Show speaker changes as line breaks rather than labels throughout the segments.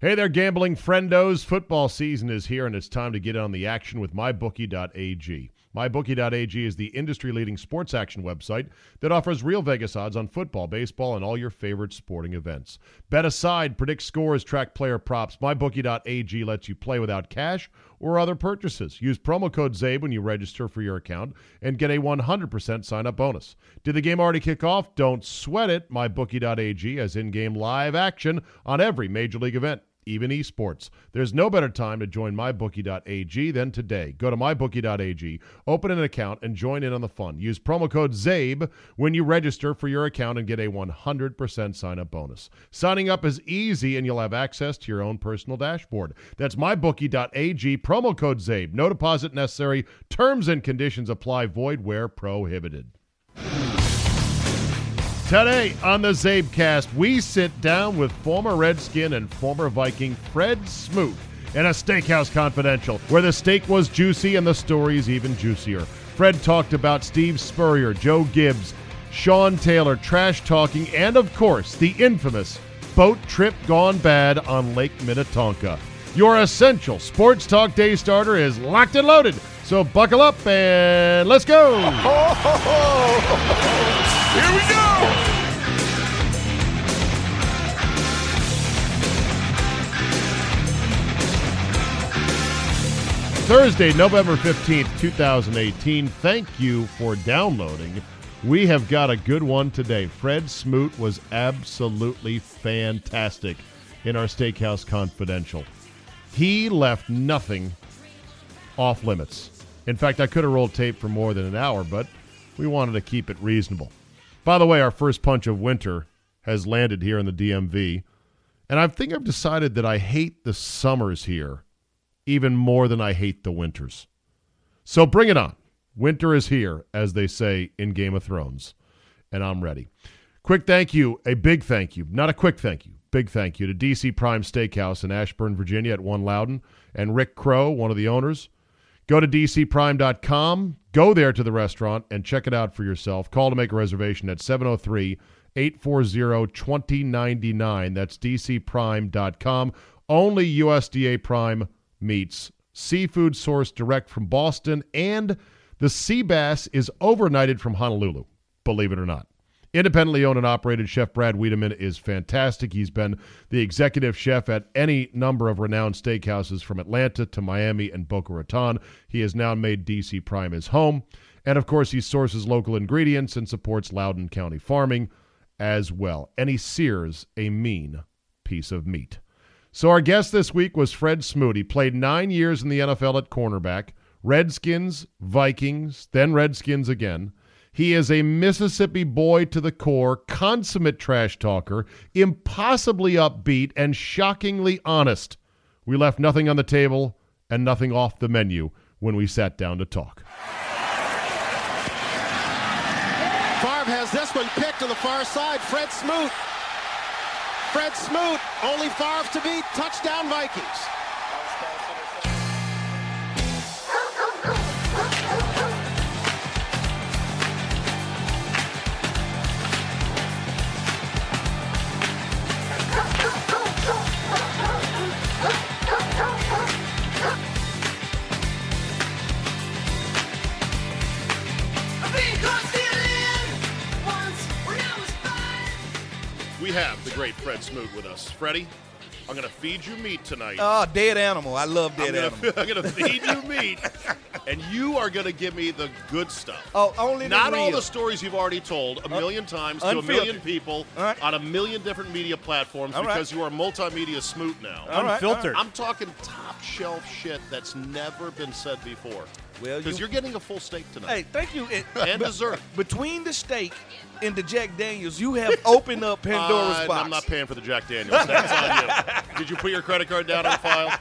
Hey there, gambling friendos. Football season is here, and it's time to get on the action with mybookie.ag. MyBookie.ag is the industry leading sports action website that offers real Vegas odds on football, baseball, and all your favorite sporting events. Bet aside, predict scores, track player props. MyBookie.ag lets you play without cash or other purchases. Use promo code ZABE when you register for your account and get a 100% sign up bonus. Did the game already kick off? Don't sweat it. MyBookie.ag has in game live action on every major league event even esports. There's no better time to join mybookie.ag than today. Go to mybookie.ag, open an account, and join in on the fun. Use promo code ZABE when you register for your account and get a 100% sign up bonus. Signing up is easy, and you'll have access to your own personal dashboard. That's mybookie.ag, promo code ZABE. No deposit necessary. Terms and conditions apply, void where prohibited. Today on the Zabecast, we sit down with former Redskin and former Viking Fred Smoot in a Steakhouse Confidential, where the steak was juicy and the stories even juicier. Fred talked about Steve Spurrier, Joe Gibbs, Sean Taylor, trash talking, and of course, the infamous boat trip gone bad on Lake Minnetonka. Your essential Sports Talk Day starter is locked and loaded, so buckle up and let's go!
Here we go!
Thursday, November 15th, 2018. Thank you for downloading. We have got a good one today. Fred Smoot was absolutely fantastic in our Steakhouse Confidential. He left nothing off limits. In fact, I could have rolled tape for more than an hour, but we wanted to keep it reasonable. By the way, our first punch of winter has landed here in the DMV, and I think I've decided that I hate the summers here even more than I hate the winters. So bring it on. Winter is here, as they say in Game of Thrones, and I'm ready. Quick thank you, a big thank you, not a quick thank you, big thank you to DC Prime Steakhouse in Ashburn, Virginia at 1 Loudon, and Rick Crow, one of the owners. Go to dcprime.com, go there to the restaurant, and check it out for yourself. Call to make a reservation at 703 840 2099. That's dcprime.com. Only USDA Prime meats, seafood sourced direct from Boston, and the sea bass is overnighted from Honolulu, believe it or not. Independently owned and operated, Chef Brad Wiedemann is fantastic. He's been the executive chef at any number of renowned steakhouses from Atlanta to Miami and Boca Raton. He has now made DC Prime his home. And of course, he sources local ingredients and supports Loudoun County farming as well. And he sears a mean piece of meat. So our guest this week was Fred Smoot. He played nine years in the NFL at cornerback, Redskins, Vikings, then Redskins again. He is a Mississippi boy to the core, consummate trash talker, impossibly upbeat, and shockingly honest. We left nothing on the table and nothing off the menu when we sat down to talk.
Favre has this one picked to the far side. Fred Smoot. Fred Smoot, only Favre to beat. Touchdown Vikings.
We have the great Fred Smoot with us. Freddie, I'm going to feed you meat tonight.
Oh, dead animal. I love dead
I'm
animal.
gonna, I'm gonna feed you meat, and you are gonna give me the good stuff.
Oh, only the
Not all
real. Uh,
the stories you've already told a million times to a
unfiltered.
million people
All right.
on a million different media platforms
All right.
because you are multimedia smoot now.
All right, all right.
Unfiltered.
I'm talking top shelf shit that's never been said before.
Well,
Because
you-
you, are getting a full steak tonight.
Hey, thank you. It-
And dessert.
Between the steak and the Jack Daniels, you have opened up Pandora's
Uh,
box.
I'm not paying for the Jack Daniels. That's on you. Did you put your credit card down on file?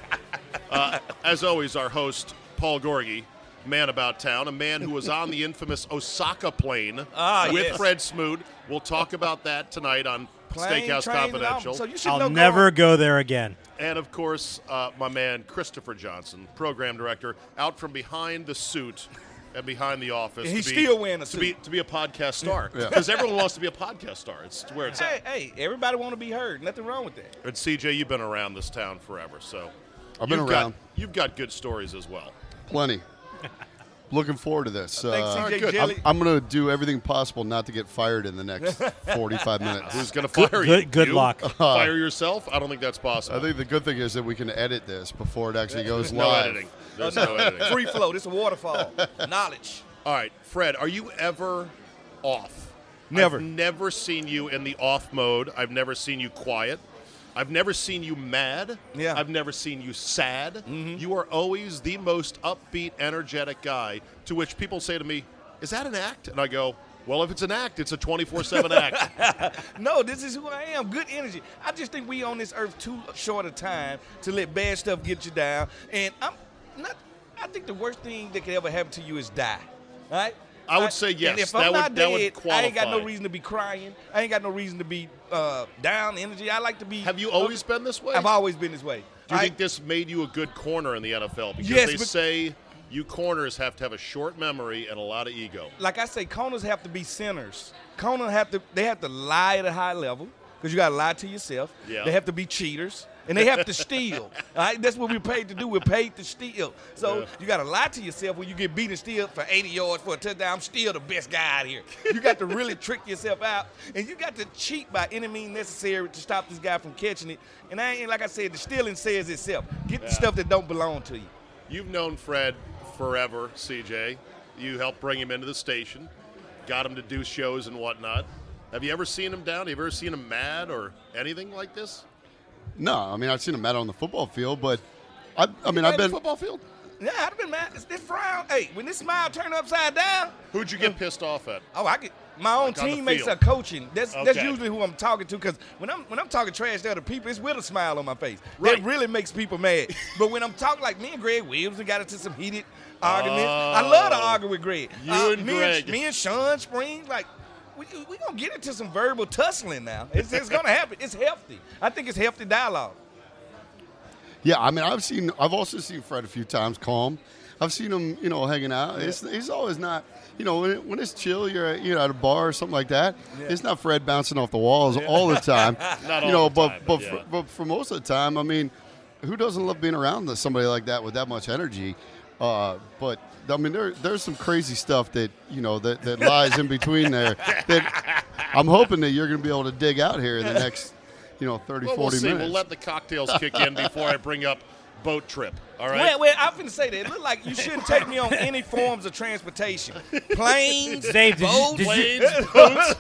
Uh, as always, our host, Paul Gorgi, man about town, a man who was on the infamous Osaka plane
Ah,
with
yes.
Fred Smoot. We'll talk about that tonight on
Plane,
Steakhouse
train, and
Confidential.
all- So you should know
I'll
going-
never go there again.
And of course, uh, my man Christopher Johnson, program director, out from behind the suit and behind the office.
And he's
to be-
still wearing a
to
suit.
Be, to be a podcast star, because everyone wants to be a podcast star. It's where it's
Hey,
at.
hey, everybody want to be heard. Nothing wrong with that.
And CJ, you've been around this town forever, so
I've been
you've
around.
Got, you've got good stories as well.
Plenty. Looking forward to this.
Thanks, CJ
good.
Jelly.
I'm, I'm going to do everything possible not to get fired in the next 45 minutes.
Who's going to fire Ah, you?
good- good
You?
luck.
Fire yourself? I don't think that's possible.
I think the good thing is that we can edit this before it actually goes
no
live.
editing. There's no editing.
Free flow. This a waterfall. Knowledge.
All right, Fred, are you ever off?
Never.
I've never seen you in the off mode. I've never seen you quiet. I've never seen you mad.
Yeah.
I've never seen you sad. You are always the most upbeat, energetic guy. To which people say to me, "Is that an act?" And I go, "Well, if it's an act, it's a twenty-four-seven act."
No, this is who I am. Good energy. I just think we on this earth too short a time to let bad stuff get you down. And I'm not. I think the worst thing that could ever happen to you is die. All right.
I would say yes.
And if
That
I'm
would-
not
that
dead,
would
I ain't got no
qualify.
reason to be crying. I ain't got no reason to be uh, down energy. I like to be.
Have you always been this way?
I've always been this way.
Do you
I-
think this made you a good corner in the NFL? Because
Yes,
they
but-
say you corners have to have a short memory and a lot of ego.
like I say, Coners have to be sinners. Coners have to they have to lie at a high level because you got to lie to yourself.
Yeah.
They have to be cheaters and they have to steal. All right, that's what we're paid to do. We're paid to steal. So
Yeah.
you got to lie to yourself when you get beat and steal for 80 yards for a touchdown. I'm still the best guy out here. You got to really trick yourself out and you got to cheat by any means necessary to stop this guy from catching it. And I ain't like I said, the stealing says itself. Get the stuff that don't belong to you.
You've known Fred forever, CJ. You helped bring him into the station, got him to do shows and whatnot. Have you ever seen him down? Have you ever seen him mad or anything like this?
No, I mean, I've seen him mad on the football field, but I, I mean,
Mad
I've
at
been.
the football field.
Yeah, I'd have been mad. This- This frown, hey, when this smile turned upside down,
Who'd you get pissed off at?
Oh, I get my own
Like on the
teammates
field.
are coaching. That's that's
Okay.
usually who I'm talking to because when I'm when I'm talking trash to other people, it's with a smile on my face.
Right.
That really makes people mad. but when I'm talking like me and Greg Williams, we got into some heated arguments. I love to
Oh.
argue with Greg. Uh,
You and
me
Greg.
me and Sean Springs, like. We, we gonna get into some verbal tussling now. It's, it's gonna happen. It's healthy. I think it's healthy dialogue.
Yeah, I mean, I've seen. I've also seen Fred a few times calm. I've seen him, you know, hanging out. It's, he's always not, you know, when, it, when it's chill, you're at, you know at a bar or something like that. It's not Fred bouncing off the walls all the time.
Not
you
all
know,
the
but
time, but
but
yeah.
for, but for most of the time, I mean, who doesn't love being around the- somebody like that with that much energy? Uh, but I mean, there there's some crazy stuff that you know that, that lies in between there. That I'm hoping that you're going to be able to dig out here in the next, you know, 30,
Well,
40
we'll see.
minutes.
We'll let the cocktails kick in before I bring up boat trip. All right.
Well, well, I'm finna say that. It look like you shouldn't take me on any forms of transportation. Planes,
Dave, did you,
boats,
did you,
Blades,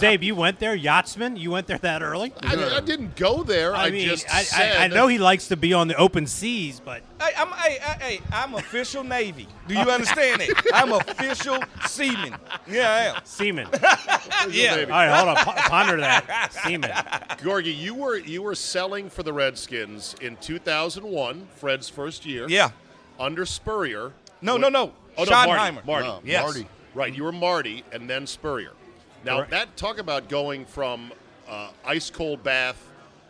Dave, you went there, yachtsman. You went there that early.
I, I didn't go there. I,
mean,
just
I,
said.
I, I know he likes to be on the open seas, but
Hey, I'm hey, hey, hey, I'm official Navy. Do you understand that? I'm official seaman. Yeah, I am.
seaman. All
Yeah.
Navy.
right, hold on, po- ponder that, seaman.
Gorgie, you were you were selling for the Redskins in 2001, Fred's first year.
Yeah.
Under Spurrier.
No,
When-
no, no.
Oh, no,
Schottenheimer.
Marty. Marty.
Oh,
Yes.
Marty.
Right, you were Marty and then Spurrier. Now
Correct.
that talk about going from uh, ice cold bath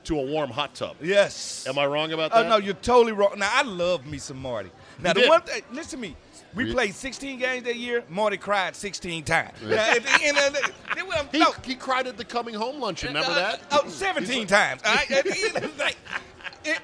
to a warm hot tub.
Yes.
Am I wrong about
Oh
that?
no, you're totally wrong. Now I love me some Marty. Now the
did.
one thing, listen to me. We
Re-
played 16 games that year. Marty cried 16 times. Now, at the end of the, then when I'm-
He,
no,
he cried at the coming home luncheon. Remember
Uh,
that?
Oh, 17 times. All right? At the end of the night, it-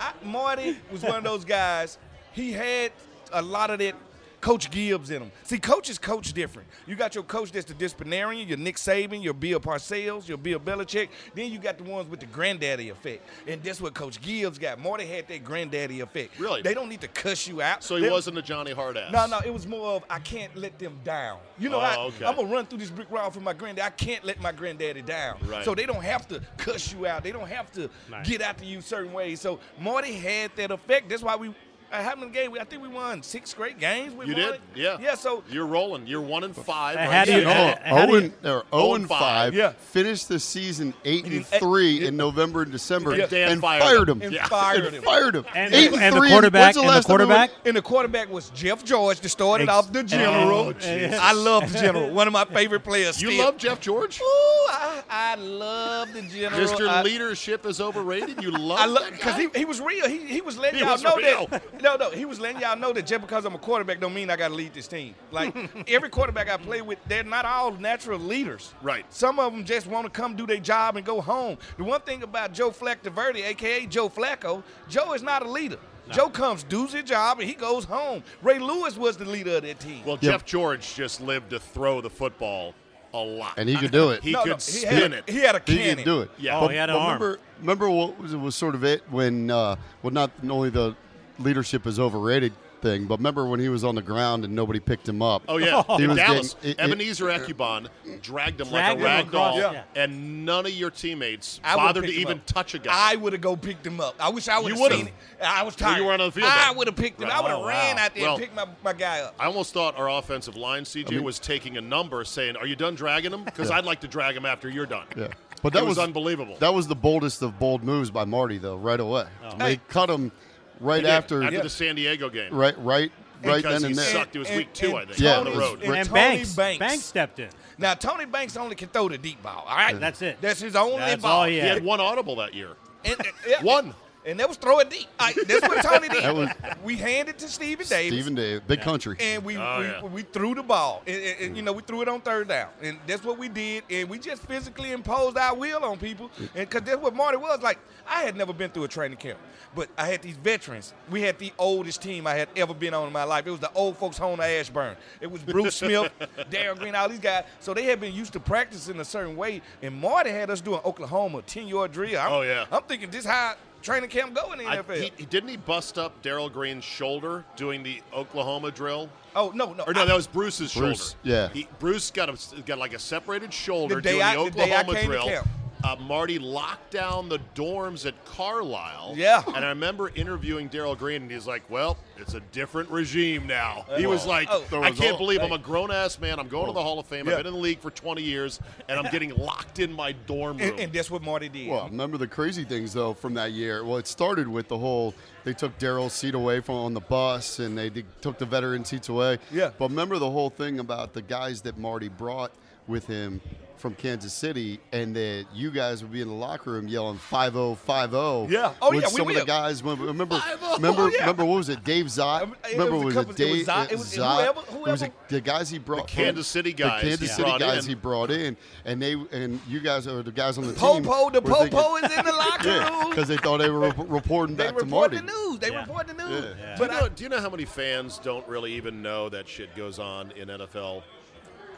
I- Marty was one of those guys. He had a lot of that Coach Gibbs in him. See, coaches coach different. You got your coach that's the disciplinarian, your Nick Saban, your Bill Parcells, your Bill Belichick. Then you got the ones with the granddaddy effect. And that's what Coach Gibbs got. Marty had that granddaddy effect.
Really?
They don't need to cuss you out.
So he
They-
wasn't a Johnny Hard ass.
no, no, it was more of I can't let them down. You know,
Oh,
I,
okay.
I'm gonna run through this brick wall for my granddad. I can't let my granddaddy down.
Right.
So they don't have to cuss you out. They don't have to
Nice.
get after you certain ways. So Marty had that effect. That's why we I had them in the game. I think we won six straight games. We
You
won
did?
it.
Yeah.
Yeah. So
You're rolling. You're one and five.
I
right
had
now.
you-
No,
Uh, how do
zero and
you-
or
Oh,
zero
and
and five.
yeah.
Finished the season eight
And-
and three in November and December,
And Dan
and
fired
fired
him.
him.
and
Yeah.
fired
And
him.
Fired him.
And,
Eight
the, and the
three,
quarterback,
when's the
and the
last time we went-
quarterback.
And the quarterback was Jeff George that started
Ex-
off the general.
Oh, jeez.
I love the general. One of my favorite players.
You
still.
love Jeff George?
Ooh, I, I love the general.
Mr.
I,
leadership is overrated. You love
I love
that
because
guy?
he, he was real. He, he was letting
Oh, He
y'all
was
know
real.
that. No, no, he was letting y'all know that just because I'm a quarterback don't mean I got to lead this team. Like every quarterback I play with, they're not all natural leaders.
Right.
Some of them just want to come do their job and go home. The one thing about Joe Flack Verde, aka Joe Flacco, Joe is not a leader. Joe comes, does his job, and he goes home. Ray Lewis was the leader of that team.
Well, Jeff George just lived to throw the football a lot.
And he could do it.
He
No,
could
no, he had-
spin it.
He had a
He
cannon.
can do it.
Yeah.
Oh, he had an arm.
Remember, remember what was, was sort of it when, uh, well, not only the leadership is overrated thing, but remember when he was on the ground and nobody picked him up.
Oh yeah,
He
in
was
Dallas,
getting- it- it-
Ebenezer Akubon dragged him
Dragged him
like a rag
across,
doll,
yeah.
and none of your teammates
I would've
bothered to
picked him
even
up.
touch a guy.
I would have go picked him up. I wish I would have
would've.
seen it. I was
Well,
tired.
you weren't on the field
I
then.
would have picked him. I
Right.
would have
Oh,
ran
wow.
out there
Well-
and picked my, my guy up.
I almost thought our offensive line, CJ, was taking a number, saying, "Are you done dragging him? Because I'd like to drag him after you're done."
Yeah. But
It
that
was
was,
unbelievable.
That was the boldest of bold moves by Marty, though, right away. They
Hey.
cut him right
Yeah,
after,
after the San Diego game,
right, right, right
Because
then
he
and there.
sucked. It was week two, I think,
Yeah,
on the
it was
road.
And
and
Tony
Banks, Banks stepped in.
Now Tony Banks only can throw the deep ball. All right,
That's it.
That's his only
That's
ball.
all he
He
Yeah.
had one audible that year.
And- and- yeah.
One.
and that was throw it deep. All right, that's what Tony did.
That was-
we handed to Steven Davis.
Stephen Dave, big country.
and we
Oh,
we,
yeah. Mm.
we threw the ball, and, and- and, you know we threw it on third down, and that's what we did, and we just physically imposed our will on people, and because that's what Marty was like. I had never been through a training camp, but I had these veterans. We had the oldest team I had ever been on in my life. It was the old folks home to Ashburn. It was Bruce Smith, Darren Green, all these guys. So they had been used to practicing a certain way, and Marty had us doing Oklahoma ten yard drill. I'm,
Oh, yeah.
I'm thinking this how training camp going in the
I,
NFL.
he, he- didn't he bust up Daryl Green's shoulder doing the Oklahoma drill?
oh no, no,
Or no,
I-
that was Bruce's
Bruce,
shoulder.
yeah.
he, Bruce got a, got like a separated shoulder
The day
during
I-
the
the day I
Oklahoma
came to
drill.
camp.
Uh, Marty locked down the dorms at Carlisle.
Yeah.
and I remember interviewing Daryl Green, and he's like, "Well, it's a different regime now." He was like,
Oh.
"I can't
result-
believe I'm a grown ass man. I'm going to the Hall of Fame.
Yeah.
I've been in the league for 20 years, and I'm getting locked in my dorm room."
and, and that's what Marty did.
Well, remember the crazy things though from that year. Well, it started with the whole they took Daryl's seat away from on the bus, and they did, took the veteran seats away.
Yeah.
But remember the whole thing about the guys that Marty brought with him from Kansas City, and that you guys would be in the locker room yelling 5050
Yeah. Oh, yeah,
with
we
some of
will.
the guys. When, remember,
50,
remember,
oh, yeah.
remember what was it? Dave
It
Zott.
was- it
Remember
was a couple- it was
Dave uh,
Zott, it was- it-
Zott.
whoever-
It was a-
whoever-
the guys he brought. from-
Kansas City guys
The
he
Kansas City
brought
guys
in.
he brought in, and they and you guys are the guys on the team.
Popo, the
were thinking-
Popo is in the locker
yeah,
room.
because they thought they were rep- reporting
They
back to
report
Marty.
the news. They
Yeah.
report the news.
Yeah.
Yeah.
do, you
But
know,
I,
do you know how many fans don't really even know that shit goes on in NFL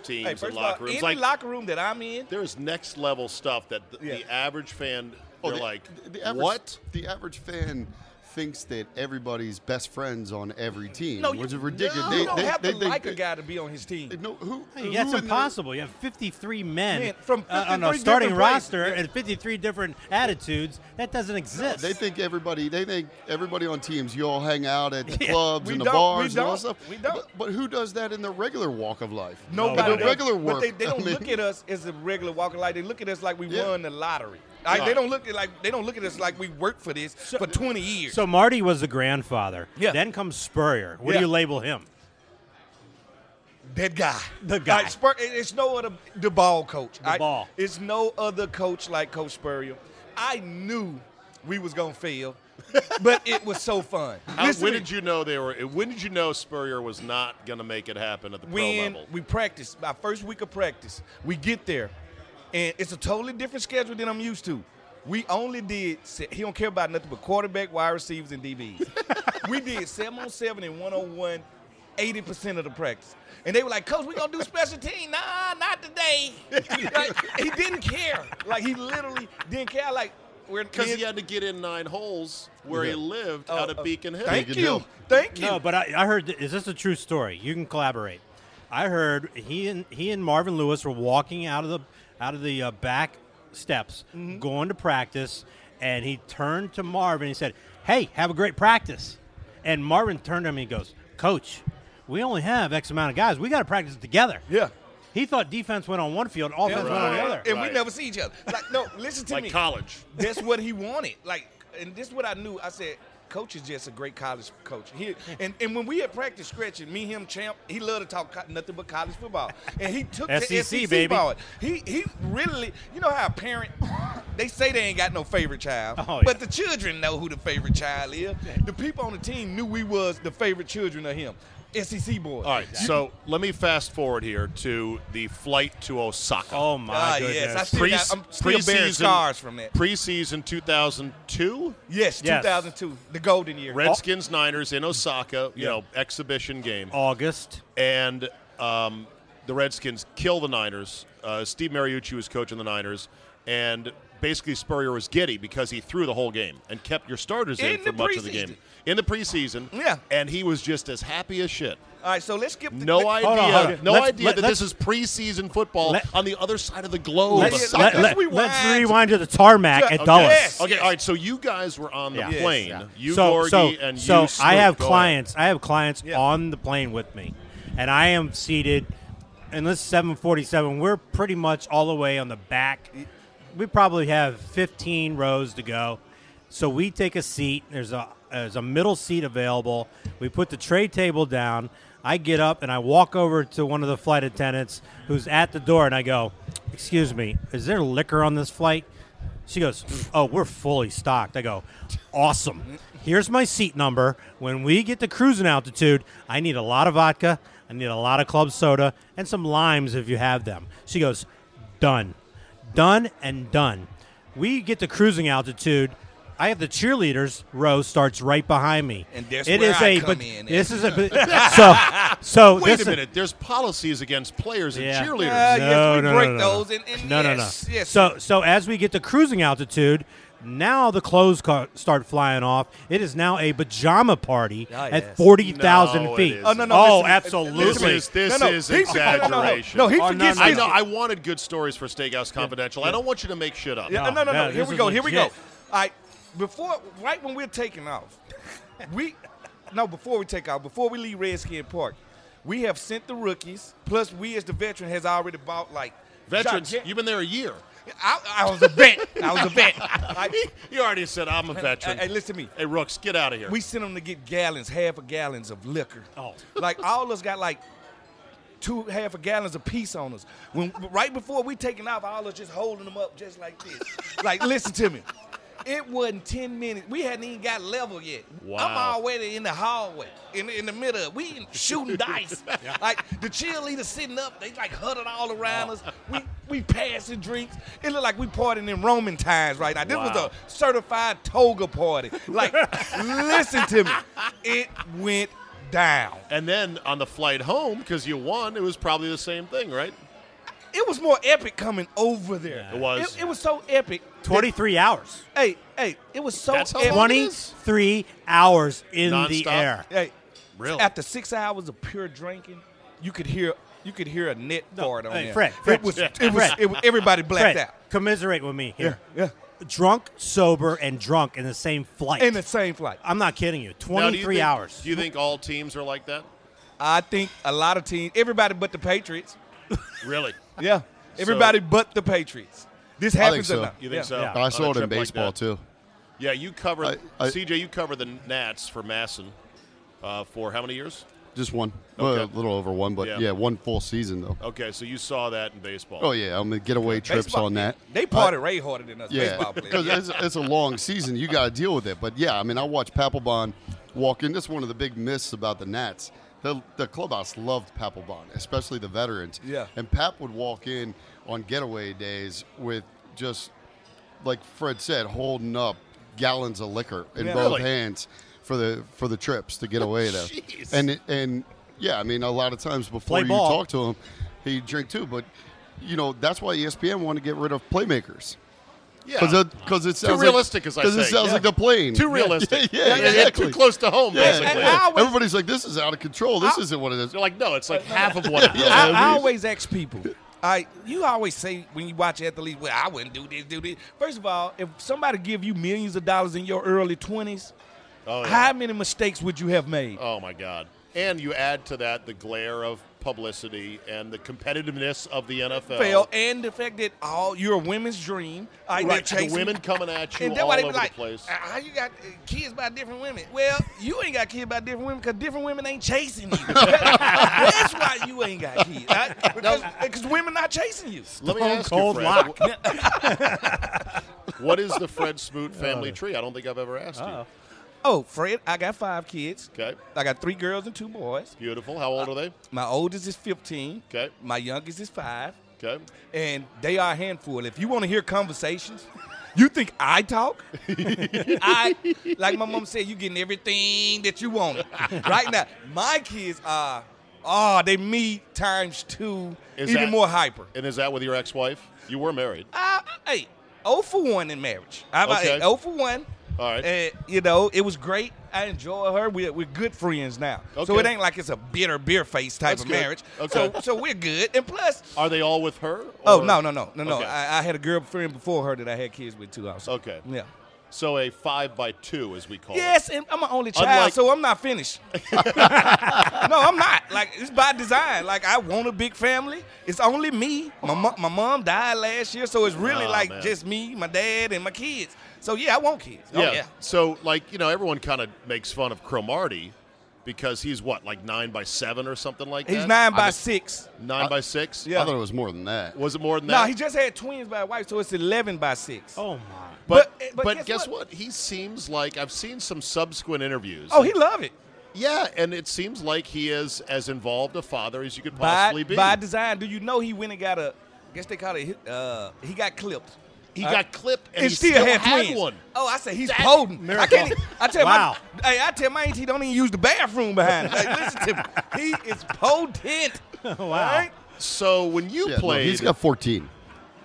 teams
hey, first
and
of all,
locker rooms?
any
Like,
locker room that I'm in,
there's next level stuff that the,
Yeah.
the average fan
Oh,
they're
the-
like,
the average,
what?
The average fan thinks that everybody's best friends on every team,
no, you,
which is ridiculous.
no,
they,
you don't
they,
have
they
to
think
like a
that-
guy to be on his team.
No, who?
Hey, that's
who in the-
impossible. You have 53 men
Man, from
uh, on
53
a starting
different places.
roster and 53 different attitudes. That doesn't exist.
They think everybody. They think everybody on teams. You all hang out at the clubs
We
and the
don't, we
bars and all
don't,
stuff.
we don't.
But, but who does that in the regular walk of life?
Nobody.
In the regular
But
work.
they, they
I
don't
mean-
look at us as a regular walking like they look at us like we
Yeah.
won the lottery. Like, They
Right.
don't look at like they don't look at us like we worked for this for 20 years.
so Marty was the grandfather.
Yeah.
Then comes Spurrier. What
Yeah.
do you label him?
That guy.
The guy.
Like, Spur- it- it's no other the ball coach.
The ball.
It's no other coach like Coach Spurrier. I knew we was gonna fail, but it was so fun.
How,
Listen
when
to
did
me.
you know they were? When did you know Spurrier was not going to make it happen at the pro
when
level?
we practice, my first week of practice, we get there, and it's a totally different schedule than I'm used to. We only did se- he don't care about nothing but quarterback, wide receivers, and DBs. we did seven on seven and one on one. 80% of the practice. And they were like, Coach, we going to do special team. Nah, not today. like, he didn't care. Like, he literally didn't care. Like, we're
Because he had to get in nine holes where he
Yeah.
lived
Oh,
out of
oh,
Beacon Hill.
Thank
Beacon
you.
Hill.
Thank you.
No, but I, I heard. th- Is this a true story? You can collaborate. I heard he and he and Marvin Lewis were walking out of the out of the uh, back steps,
Mm-hmm.
going to practice, and he turned to Marvin and he said, "Hey, have a great practice." And Marvin turned to me and goes, Coach, we only have X amount of guys. We got to practice together.
Yeah.
He thought defense went on one field, offense went on the
Right.
other.
And we
Right.
never see each other. Like, no, listen to
Like
me.
college.
That's what he wanted. Like, and this is what I knew. I said, Coach is just a great college coach. He, and, and when we at practice scratching, me, him, champ, he loved to talk co- nothing but college football. And he took the
SEC,
SEC
baby.
ball. He he really, you know how a parent, they say they ain't got no favorite child,
Oh,
but the children know who the favorite child is. The people on the team knew we was the favorite children of him. SEC boys.
All right, so let me fast forward here to the flight to Osaka.
Oh, my
Ah,
goodness.
yes, I see. Still got-
um,
I'm still bearing scars from that.
Preseason 2002,
Yes,
Yes.
2002, the golden year.
Oh.
Redskins Niners in Osaka, you
Yeah.
know, exhibition game.
August.
and um, the Redskins kill the Niners. Uh, Steve Mariucci was coaching the Niners, and basically Spurrier was giddy because he threw the whole game and kept your starters in,
In
for
the
much of the
preseason.
game in the preseason.
Yeah.
and he was just as happy as shit.
All right, so let's skip the
No
let-
idea,
on, hold on.
no
Let's-
idea
let-
that
let's-
this is preseason football
Let-
on the other side of the globe.
Let's,
Let's-
let,
sucker.
let,
rewind.
us rewind to the tarmac
Yeah,
at
okay.
Dulles.
Yes.
Okay, all right. So you guys were on the
Yeah.
Yes,
plane.
yeah.
You,
so,
Gorgie,
so,
and
so
you.
I
Snoop.
have
Go ahead.
clients. I have clients
Yeah.
on the plane with me, and I am seated. And this 747, we're pretty much all the way on the back. We probably have 15 rows to go, so we take a seat. There's a there's a middle seat available. We put the tray table down. I get up and I walk over to one of the flight attendants who's at the door, and I go, "Excuse me, is there liquor on this flight?" She goes, Oh, we're fully stocked. I go, Awesome. Here's my seat number. When we get to cruising altitude, I need a lot of vodka, I need a lot of club soda, and some limes if you have them. She goes, Done. Done and done. We get to cruising altitude. I have the cheerleaders row starts right behind me.
And that's
It
where
is
I
a
come
but
in.
this is a so so
Wait
this
a minute. There's policies against players
Yeah.
and cheerleaders.
Uh, yes, we
no,
break
no, no,
those.
No,
And, and
no,
yes,
no, no.
Yes.
So, so as we get to cruising altitude, now the clothes ca- start flying off. It is now a pajama party
Ah, yes.
at forty thousand
No, it
feet.
isn't.
oh no no.
Oh,
listen to me.
absolutely.
Listen to me.
This is- this
no, no,
is
he-
exaggeration.
No, no, no,
Oh,
he
no,
forgets.
no,
I
this.
know. I wanted good stories for Steakhouse Confidential. I don't want you to make shit up.
Yeah, no, no, no,
no,
Here
this
we
is
go. Here we go. All
legit.
right, before, right when we're taking off, we no before we take off, before we leave Redskin Park, we have sent the rookies. Plus, we as the veteran has already bought like
Veterans,
gigan-
you've been there a year.
I, I was a vet. I was a vet. I,
You already said I'm a veteran.
Hey, hey, listen to me.
Hey, Rooks, get out of here.
We sent them to get gallons, half a gallons of liquor.
Oh.
Like all us got like two half a gallons of piece on us. When right before we taking off, all us just holding them up just like this. like listen to me. It wasn't ten minutes. We hadn't even got level yet.
Wow.
I'm already in the hallway, in in the middle. of- We shooting dice. Like the cheerleaders sitting up, they like huddled all around
Oh.
us. We we passing drinks. It looked like we partying in Roman times right now. This was
Wow.
a certified toga party. Like, listen to me. It went down.
and then on the flight home, because you won, it was probably the same thing, right?
It was more epic coming over there.
It was.
It, it was so epic. that-
Twenty-three hours.
Hey, hey, it was so
That's how
epic.
long it is?
Twenty-three hours in
Nonstop?
the air.
Hey,
Really?
After six hours of pure drinking, you could hear you could hear a net
No,
fart on
hey,
there.
Fred, Fred,
it was
Fred.
it was
Fred.
it was everybody blacked
Fred,
out.
commiserate with me here.
Yeah,
Drunk, sober, and drunk in the same flight.
In the same flight.
I'm not kidding you.
Now, do you
Twenty-three
think-
hours.
Do you think all teams are like that?
I think a lot of teams, everybody but the Patriots.
Really?
Yeah. Everybody but the Patriots. This
think
happens
so.
enough.
You think
Yeah.
so?
Yeah.
On
I
a
saw it in
trip like
baseball
that?
too.
Yeah, you covered
I- I-
CJ. You covered the Nats for Masson uh, for how many years?
Just one, Well,
Okay.
a little over one, but
Yeah.
yeah. one full season though.
Okay, so you saw that in baseball.
Oh yeah, I'm gonna getaway trips
Baseball-
on that.
They party way harder than us
Yeah,
baseball players.
because it's, it's a long season. You got to deal with it. But yeah, I mean, I watched Papelbon walk in. That's one of the big myths about the Nats. The, the clubhouse loved Papelbon, especially the veterans.
Yeah.
And Pap would walk in on getaway days with just, like Fred said, holding up gallons of liquor in
Yeah.
both
Really?
hands for the for the trips to get away there.
Jeez.
And it- and yeah, I mean, a lot of times before
Play
you
ball.
talk to him, he drink too. But you know, that's why E ESPN wanted to get rid of playmakers.
yeah.
Because because it, sounds
realistic,
like,
as I
it
say.
sounds
Yeah.
like a plane.
Too realistic.
Yeah, yeah,
yeah,
exactly.
Too close to home,
Yeah,
basically.
and I always-
Everybody's like, this is out of control. This isn't what it is.
They're like, no, it's like half of what. it really
Yeah,
I,
is.
I
mean-
always ask people. I you always say when you watch athletes, well, I wouldn't do this, do this. First of all, if somebody give you millions of dollars in your early twenties,
Oh, yeah.
How many mistakes would you have made?
Oh my God! And you add to that the glare of publicity and the competitiveness of the NFL.
fail, and the fact that all you're a women's dream. All right,
Right,
they're
the
chasing-
women coming at you
And that's
all
why they
over
be like,
the place.
"Uh, "How you got uh, kids by different women?" Well, you ain't got kids by different women because different women ain't chasing you. that's why you ain't got kids. right? Because because women not chasing you.
Let me
Stone
ask
cold
you, Fred,
lock.
wh- what is the Fred Smoot
Uh,
family tree? I don't think I've ever asked you.
Oh, Fred, I got five kids.
Okay.
I got three girls and two boys.
Beautiful. How old are they?
My oldest is 15.
Okay.
My youngest is five.
Okay.
And they are a handful. If you want to hear conversations, you think I talk? I like my mom said, you getting everything that you wanted. right now, my kids are oh, they me times two,
Is
even
that-
more hyper.
And is that with your ex-wife? You were married.
Uh, hey, 0 for 1 in marriage. How about
Okay.
it? 0 for 1.
All right.
And, you know, it was great. I enjoy her. We're, we're good friends now. So
Okay.
it ain't like it's a bitter beer face type
That's
of
good.
marriage.
Okay.
So, so we're good. And plus,
Are they all with her?
oh,
or-
no, no, no, no, no.
Okay.
I, I had a girlfriend before her that I had kids with too, also.
Okay. Oh.
Yeah.
So a five by two, as we call it.
Yes, and I'm an only child,
Unlike-
so I'm not finished. no, I'm not. Like it's by design. Like I want a big family. It's only me. My mom, my mom died last year, so it's really
Ah,
like
man.
just me, my dad, and my kids. So yeah, I want kids. Oh,
Yeah.
yeah.
So, like, you know, everyone kind of makes fun of Cromarty because he's what, like nine by seven or something like
He's
that?
nine by
I'm-
six.
Nine by six? Uh,
Yeah.
I thought it was more than that.
Was it more than
No,
that?
he just had twins by a wife, so it's eleven by six.
Oh my.
but,
but-
but,
but
guess,
guess
what? He seems like I've seen some subsequent interviews.
Oh, he love it.
yeah, and it seems like he is as involved a father as you could
By,
possibly be.
by design. Do you know he went and got a? I guess they call it. Uh, he got clipped.
he
Uh,
got clipped and,
and
he
still, had, twins.
one.
Oh, I say he's
That-
potent. I
Miracle.
can't. e- I tell
Wow.
my hey, I tell my auntie don't even use the bathroom behind. Like, listen to me, he is potent. wow.
So when you
Yeah, no,
played,
he's got 14.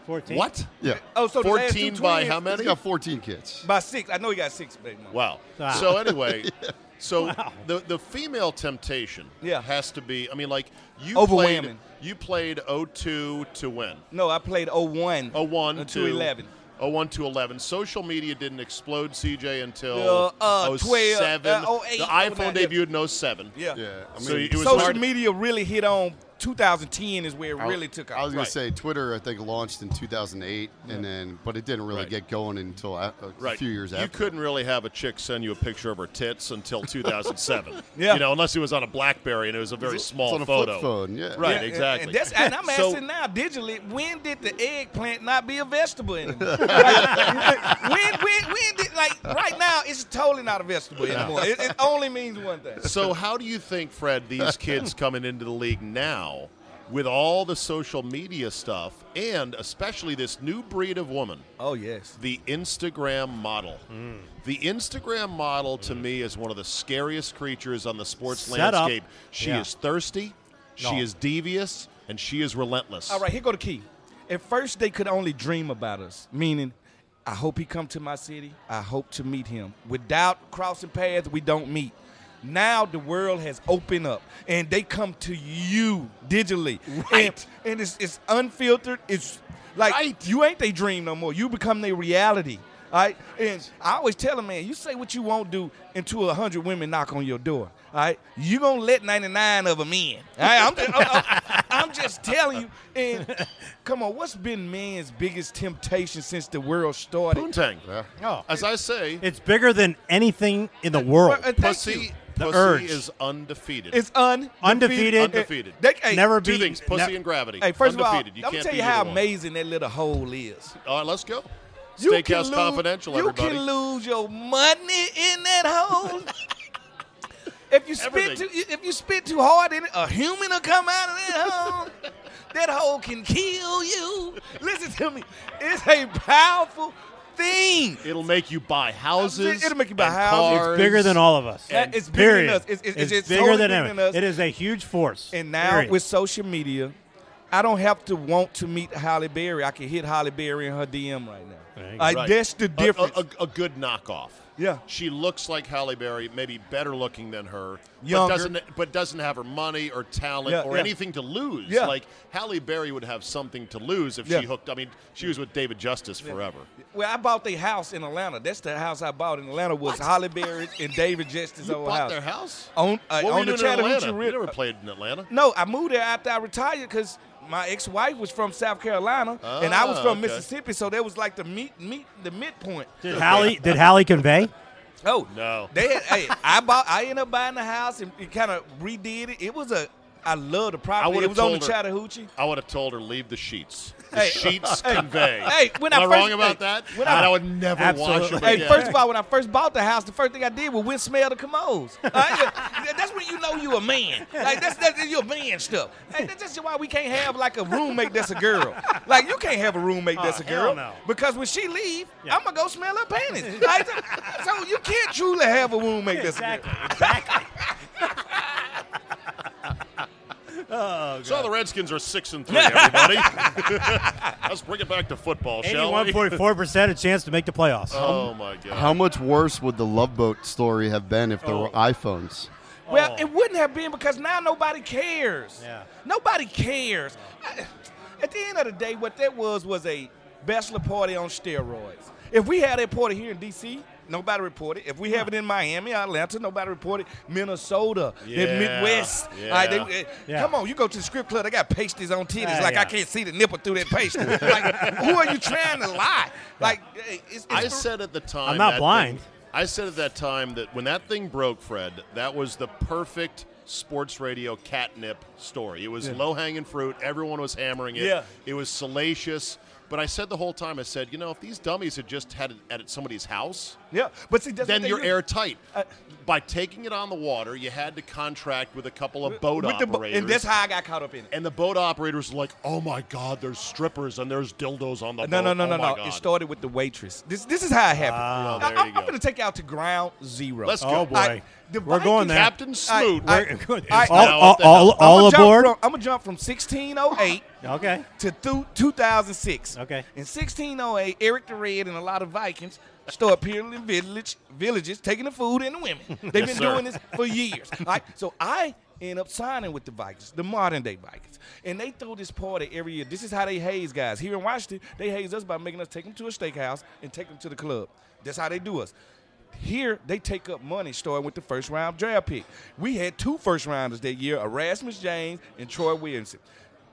14.
what?
Yeah.
Oh, so the last two
14 by
twins-
how
He's
many?
got 14 kids.
By six, I know he got six, baby. mama.
Wow.
Wow.
So anyway, so the the female temptation
Yeah.
has to be. I mean, like you played
Overwhelming.
you played 02 to win
No, I played 01.
01
Uh, to,
to
11.
01 to 11. Social media didn't explode, CJ,
Uh,
until
uh, 12,
07.
uh, 08,
the iPhone
09, yeah.
debuted in 07.
Yeah.
Yeah. I mean,
So it was
Social
hard-
media really hit on 2010 is where it really took off.
I was going
Right.
to say Twitter. I think launched in 2008, and then but it didn't really
Right.
get going until a, a
Right.
few years
you
after.
couldn't really have a chick send you a picture of her tits until 2007.
Yeah.
You know, unless it was on a BlackBerry and it was a very small
on a flip
photo.
phone, yeah.
Right,
Yeah, and-
exactly.
And, that's, and I'm
So-
asking now digitally, when did the eggplant not be a vegetable anymore? Like, when, when, when did, like, right now, it's totally not a vegetable anymore. It, it only means one thing.
So, how do you think, Fred, these kids coming into the league now with all the social media stuff and especially this new breed of woman,
Oh, yes.
the Instagram model?
Hmm.
The Instagram model to me is one of the scariest creatures on the sports
Set up.
landscape. She
Yeah.
is thirsty, she
No.
is devious, and she is relentless.
All right, here go the key. At first, they could only dream about us, meaning, I hope he come to my city. I hope to meet him. Without crossing paths, we don't meet. Now the world has opened up, and they come to you digitally,
Right.
And, and it's, it's unfiltered. It's like
Right.
you ain't they dream no more. You become their reality. All right, and I always tell a man, you say what you won't do until a hundred women knock on your door. All right, you gonna let ninety nine of them in. All right, I'm, I'm, I'm- I'm just telling you. And come on, what's been man's biggest temptation since the world started?
Poontang.
Oh.
No.
As I say,
It's bigger than anything in the world.
Well, uh, thank you.
pussy,
The
pussy
urge.
is undefeated.
It's undefeated.
Undefeated.
Undefeated.
They- hey,
Never
Two
beaten.
things: pussy
Ne-
and gravity.
Hey, first
undefated.
of
you
all, I'm
can't
gonna tell
beat
you how
either one.
amazing that little hole is.
All right, let's go.
You
Steakhouse
can lose-
Confidential,
you
everybody.
can lose your money in that hole. if you spit
Everything.
too, if you spit too hard in it, a human will come out of that hole. that hole can kill you. Listen to me. It's a powerful thing.
It'll make you buy houses.
It'll make you buy
and
houses.
cars.
It's bigger than all of us.
That is bigger than
Period.
us. It's- it's- it's
bigger
totally
than
bigger
ever.
than us.
It is a huge force.
And now
Period.
with social media, I don't have to want to meet Halle Berry. I can hit Halle Berry in her DM right now.
There you go.
Like
Right. Uh,
that's the
A-
difference.
A, a- a good knockoff.
Yeah.
she looks like Halle Berry, maybe better looking than her, but
Younger.
doesn't but doesn't have her money or talent
Yeah,
or
yeah.
anything to lose.
Yeah.
like Halle Berry would have something to lose if
Yeah.
she hooked. I mean, she was with David Justice forever.
Well, I bought their house in Atlanta. That's the house I bought in Atlanta was Holly Berry and David Justice's
You
old
bought
house.
their house
On- uh,
what were
on
you
the
doing in
Uh, Chattahoochee
Atlanta?
River-
You never played in Atlanta.
No, I moved there after I retired because my ex-wife was from South Carolina and I was
Ah,
from
okay.
Mississippi, so that was like the meet meet the midpoint.
Did Hallie, did Hallie convey?
Oh
No.
They had, hey, I bought. I ended up buying the house and it kind of redid it. It was a. I love the property.
would've
It was on the
told her-
Chattahoochee.
I would have told her leave the sheets. The
Hey,
sheets convey.
hey, when
Am
I
I
first-
wrong about
hey,
that?
when I-
and I would never wash them
Absolutely.
Hey,
again.
first of all, when I first bought the house, the first thing I did was went smell the commodes. All right? that's when you know you a man. Like that's that's your man stuff. Hey, that's just why we can't have like a roommate that's a girl. Like you can't have a roommate that's a
Oh, hell
girl
no.
because when she leave,
Yeah.
I'm gonna go smell her panties. Like, so, so you can't truly have a roommate that's a girl.
Exactly. Exactly.
So the Redskins are six and three. Everybody, let's bring it back to football, shall
Eighty-one
we?
point four percent a chance to make the playoffs.
Oh my God!
How much worse would the Love Boat story have been if there were
Oh.
iPhones?
Well,
Oh.
it wouldn't have been because now nobody cares.
Yeah.
Nobody cares. I- at the end of the day, what that was was a bachelor party on steroids. If we had that party here in D.C., nobody reported. If we have it in Miami, Atlanta, nobody reported. Minnesota,
Yeah,
the Midwest.
yeah.
All right, they- eh,
Yeah.
Come on, you go to the strip club, they got pasties on titties.
Yeah,
like,
yeah.
I can't see the nipple through that pasty. like, who are you trying to lie? Like, eh, it's, it's
I said at the time,
I'm not
that
blind.
thing- I said at that time that when that thing broke, Fred, that was the perfect sports radio catnip story. It was low hanging fruit. Everyone was hammering it.
Yeah.
It was salacious. But I said the whole time, I said, you know, if these dummies had just had it at somebody's house,
Yeah, but see, that's what
then
they
you're
do.
airtight.
Uh,
By taking it on the water, you had to contract with a couple of boat
With the bo-
operators.
and that's how I got caught up in it.
And the boat operators were like, "Oh my God, there's strippers and there's dildos on the boat."
No, no, no,
Oh
no,
my
no.
God.
It started with the waitress. This this is how it happened.
Wow.
I,
Well, there you
am
go.
going to take you out to ground zero.
Let's
oh
go.
boy,
I- the
we're
Vikings-
going there.
Captain Smoot.
I-
We're going-
I-
all
Now,
all,
what the
all,
hell?
all aboard.
I'm going to jump from 1608
okay.
to thu- 2006.
Okay.
In 1608, Eric the Red and a lot of Vikings start peddling village villages, taking the food and the women. They've been
sir.
doing this for years. All right, so I end up signing with the Vikings, the modern day Vikings, and they throw this party every year. This is how they haze guys here in Washington. They haze us by making us take them to a steakhouse and take them to the club. That's how they do us. Here they take up money starting with the first round draft pick. We had two first rounders that year, Erasmus James and Troy Williamson.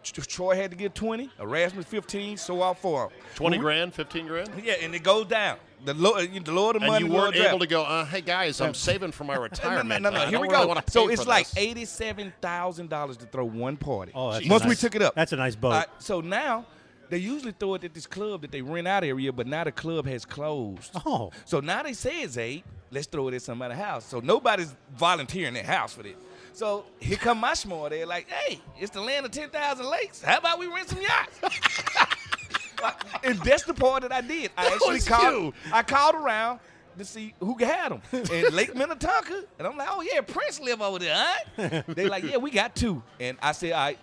Tr- Troy had to get 20, Erasmus 15, so all four. of 'em.
Twenty grand, fifteen grand.
Yeah, and it goes down. The lower, the lower the money,
and you
lower
weren't
the draft.
able to go. Uh, hey guys, I'm saving for my
No,
retirement.
no, no, no.
I
Here
don't
we
really
go.
wanna pay
So
for
it's like
this.
eighty-seven thousand dollars to throw one party.
Oh, that's
once we
nice.
took it up,
That's a nice boat.
Uh, so now they usually throw it at this club that they rent out area, but now the club has closed.
Oh.
so now they say it's eight. Let's throw it at somebody's house. So nobody's volunteering their house for this. So here come my smart. They're like, "Hey, it's the land of ten thousand lakes. How about we rent some yachts?" and that's the part that I did. I actually
was
called.
you.
I called around to see who had them in Lake Minnetonka, and I'm like, "Oh yeah, Prince live over there, huh?" they like, "Yeah, we got two. and I said, "All right,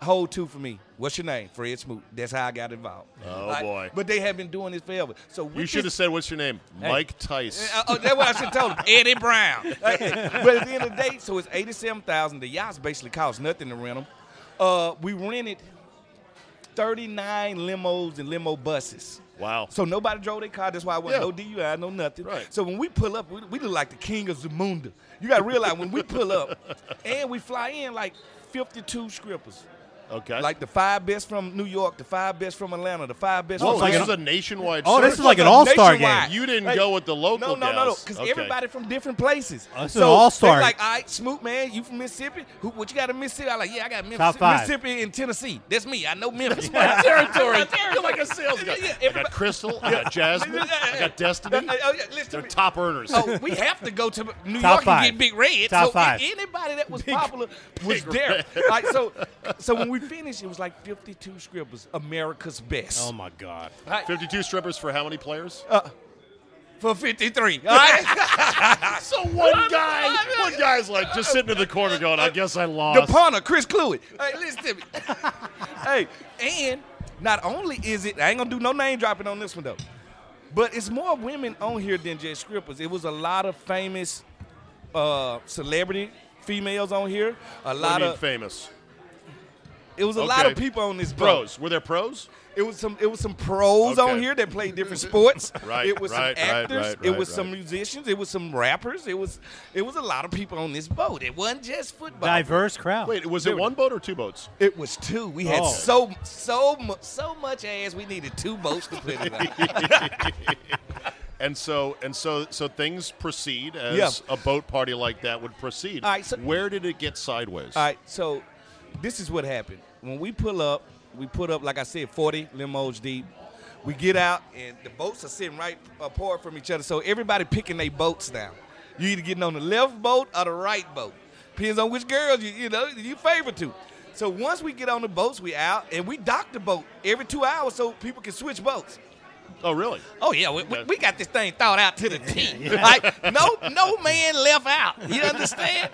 hold two for me. What's your name? Fred Smoot. That's how I got involved.
Oh,
Like,
boy.
But they have been doing this forever. So
You should have said, "What's your name?" Mike Tice.
uh, oh, that's what I should have told him. Eddie Brown. but at the end of the day, so it's eighty-seven thousand. The yachts basically cost nothing to rent them. Uh, we rented thirty-nine limos and limo buses.
Wow.
So nobody drove their car. That's why I wasn't
Yeah.
no DUI, no nothing.
Right.
So when we pull up, we, we look like the king of Zamunda. You got to realize when we pull up, and we fly in like fifty-two scrippers.
okay.
Like the five best from New York, the five best from Atlanta, the five best
oh,
from
this
like
is
an-
a nationwide.
Oh, this
search.
is like an
No,
all-star
nationwide.
game.
You didn't
Like,
go with the local
No, no, no, no.
gals.
Because
Okay.
everybody from different places.
Oh, it's an all-star.
they're Like, all right, Smoot, man, you from Mississippi? Who, what you got in Mississippi? I like, yeah, I got Memphis,
Top five.
Mississippi and Tennessee. That's me. I know Memphis.
My territory. You're like a
sales
sales guy. I got Crystal. I got Jasmine. I got Destiny.
Oh, yeah, Oh. listen to
They're
me.
top earners.
So we have to go to New
Top
York
five.
and get Big Red.
Top
so
five.
anybody that was popular was there. Like so, so when we finished, it was like 52 scribbles, America's best.
Oh my God.
Fifty-two strippers for how many players?
Uh, for 53. All right?
so one guy, one guy's like just sitting in the corner going, "I guess I
the
lost."
punter, Chris Cluey. Hey, listen to me. hey, and not only is it, I ain't gonna do no name dropping on this one though. But it's more women on here than just scrippers. It was a lot of famous uh, celebrity females on here. A
What do
lot
you mean
of
famous
it was a lot of
Okay.
people on this boat.
pros. Were there pros?
It was some it was some pros
Okay.
on here that played different sports.
Right,
It was
right,
some
right,
actors.
right,
it
right,
was some
right.
musicians. It was some rappers. It was it was a lot of people on this boat. It wasn't just football.
Diverse crowd.
Wait, was it one boat or two boats?
It was two. We had
Oh.
so so mu- so much ass. We needed two boats to put it on.
And so and so so things proceed as
Yeah.
a boat party like that would proceed.
All right, so-
Where did it get sideways?
All right, so this is what happened. When we pull up, we put up, like I said, 40 limos deep. We get out, and the boats are sitting right apart from each other. So everybody picking their boats now. You either getting on the left boat or the right boat. Depends on which girls you, you know you favor to. So once we get on the boats, we out and we dock the boat every two hours so people can switch boats.
Oh, really?
Oh yeah, we, we, we got this thing thought out to the T. Like no no man left out. You understand?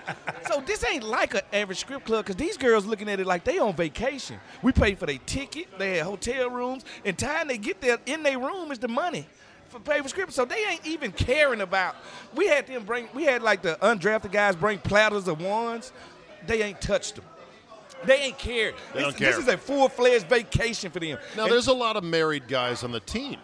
so this ain't like an average script club because these girls looking at it like they on vacation. We paid for their ticket, they had hotel rooms, and time they get there in their room is the money. For pay for script, so they ain't even caring about. We had them bring, we had like the undrafted guys bring platters of wands. They ain't touched them. They ain't cared.
They
this,
don't care.
this is a full fledged vacation for them.
Now
And-
there's a lot of married guys on the team.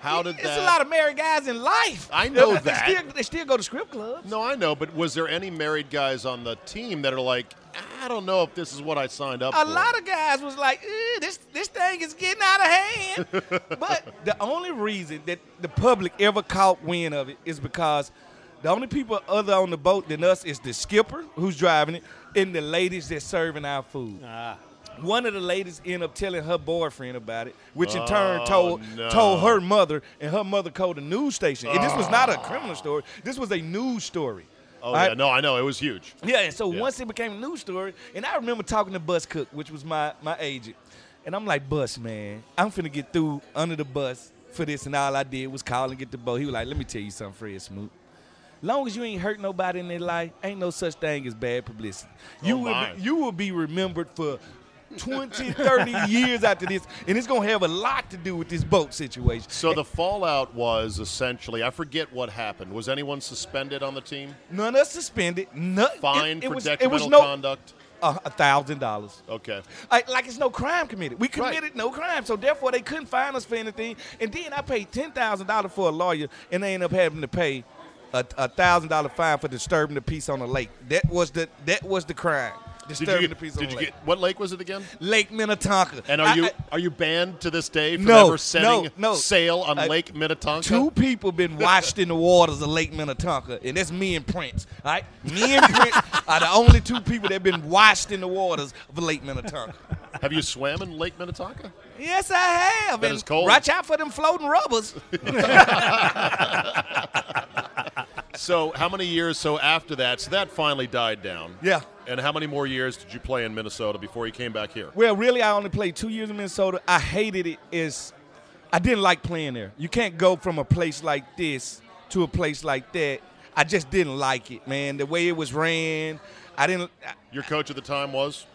How did
Uh, it's
that
a lot of married guys in life.
I know
They
that.
still- they still go to script clubs.
No, I know, but was there any married guys on the team that are like, I don't know if this is what I signed up
A
for?
lot of guys was like, "Eh, "This this thing is getting out of hand." but the only reason that the public ever caught wind of it is because the only people other on the boat than us is the skipper who's driving it and the ladies that's serving our food.
Ah.
One of the ladies ended up telling her boyfriend about it, which in turn
Oh,
told
no.
told her mother, and her mother called the news station. And this was not a criminal story. This was a news story.
Ah. Oh,
All
yeah.
right?
No, I know. It was huge.
Yeah, and so
Yeah.
once it became a news story, and I remember talking to Bus Cook, which was my my agent, and I'm like, Bus, man, I'm finna get through under the bus for this, and all I did was call and get the boat. He was like, Let me tell you something, Fred Smoot. Long as you ain't hurt nobody in their life, ain't no such thing as bad publicity. You
Oh,
will
my.
be, you will be remembered for 20, 30 years after this, and it's gonna have a lot to do with this boat situation.
So the fallout was essentially, I forget what happened. Was anyone suspended on the team?
None of us suspended. None,
Fined
it, it
for
was, it
detrimental
was no
conduct?
a a thousand dollars.
Okay.
I, like it's no crime committed. We
Right.
committed no crime, so therefore they couldn't fine us for anything. And then I paid ten thousand dollars for a lawyer, and they ended up having to pay a thousand dollar fine for disturbing the peace on the lake. That was the that was the crime.
Did
Disturbing
you,
the
get,
peace on
did
the
you
lake.
get what lake was it again?
lake Minnetonka.
And are
I-
you
I-
are you banned to this day from
No,
ever setting
no, no.
sail on
Uh,
Lake Minnetonka?
Two people been washed in the waters of Lake Minnetonka, and that's me and Prince. All right, me and Prince are the only two people that been washed in the waters of Lake Minnetonka.
Have you swam in Lake Minnetonka?
Yes, I have.
That
and
is cold.
Watch out for them floating rubbers.
So how many years? So after that, so that finally died down.
Yeah.
And how many more years did you play in Minnesota before you came back here?
Well, really, I only played two years in Minnesota. I hated it. Is I didn't like playing there. You can't go from a place like this to a place like that. I just didn't like it, man. The way it was ran, I didn't.
Your coach at the time was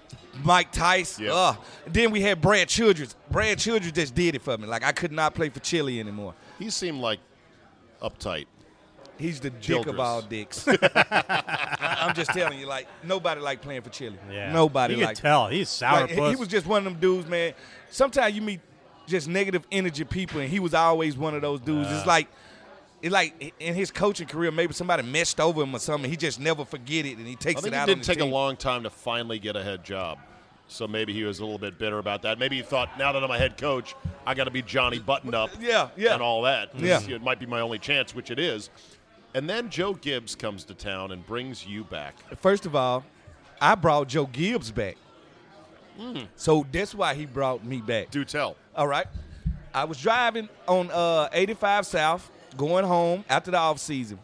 Mike Tice.
Yeah.
ugh. Then we had Brad Childress. Brad Childress just did it for me. Like I could not play for Chile anymore.
he seemed like uptight.
He's the dick
Childress.
of all dicks. I, am just telling you, like nobody liked playing for Chile.
Yeah.
Nobody
You can
liked. it.
tell he's sour
Like, he- he was just one of them dudes, man. Sometimes you meet just negative energy people, and he was always one of those dudes. it's like, it's like in his coaching career, maybe somebody messed over him or something. He just never forget it, and he takes
I think
it
it
out
did
on
take
the
a
team.
long time to finally get a head job. So maybe he was a little bit bitter about that. Maybe he thought, now that I'm a head coach, I got to be Johnny Button Up,
Yeah, yeah.
and all that.
Yeah.
This- it might be my only chance, which it is. And then Joe Gibbs comes to town and brings you back.
First of all, I brought Joe Gibbs back,
Hmm.
so that's why he brought me back.
Do tell.
All right. I was driving on uh, 85 South, going home after the off season.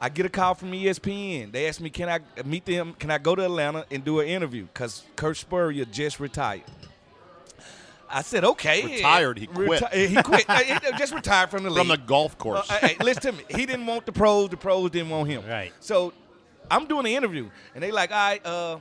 I get a call from E ESPN. They asked me, "Can I meet them? Can I go to Atlanta and do an interview?" Because Kurt Spurrier just retired. I said, "Okay."
Retired, he quit.
Reti- he quit. Uh, he just retired from the league.
From the golf course.
Uh, hey, hey, listen to me. He didn't want the pros. The pros didn't want him.
Right.
So I'm doing the interview, and they like, all right, uh,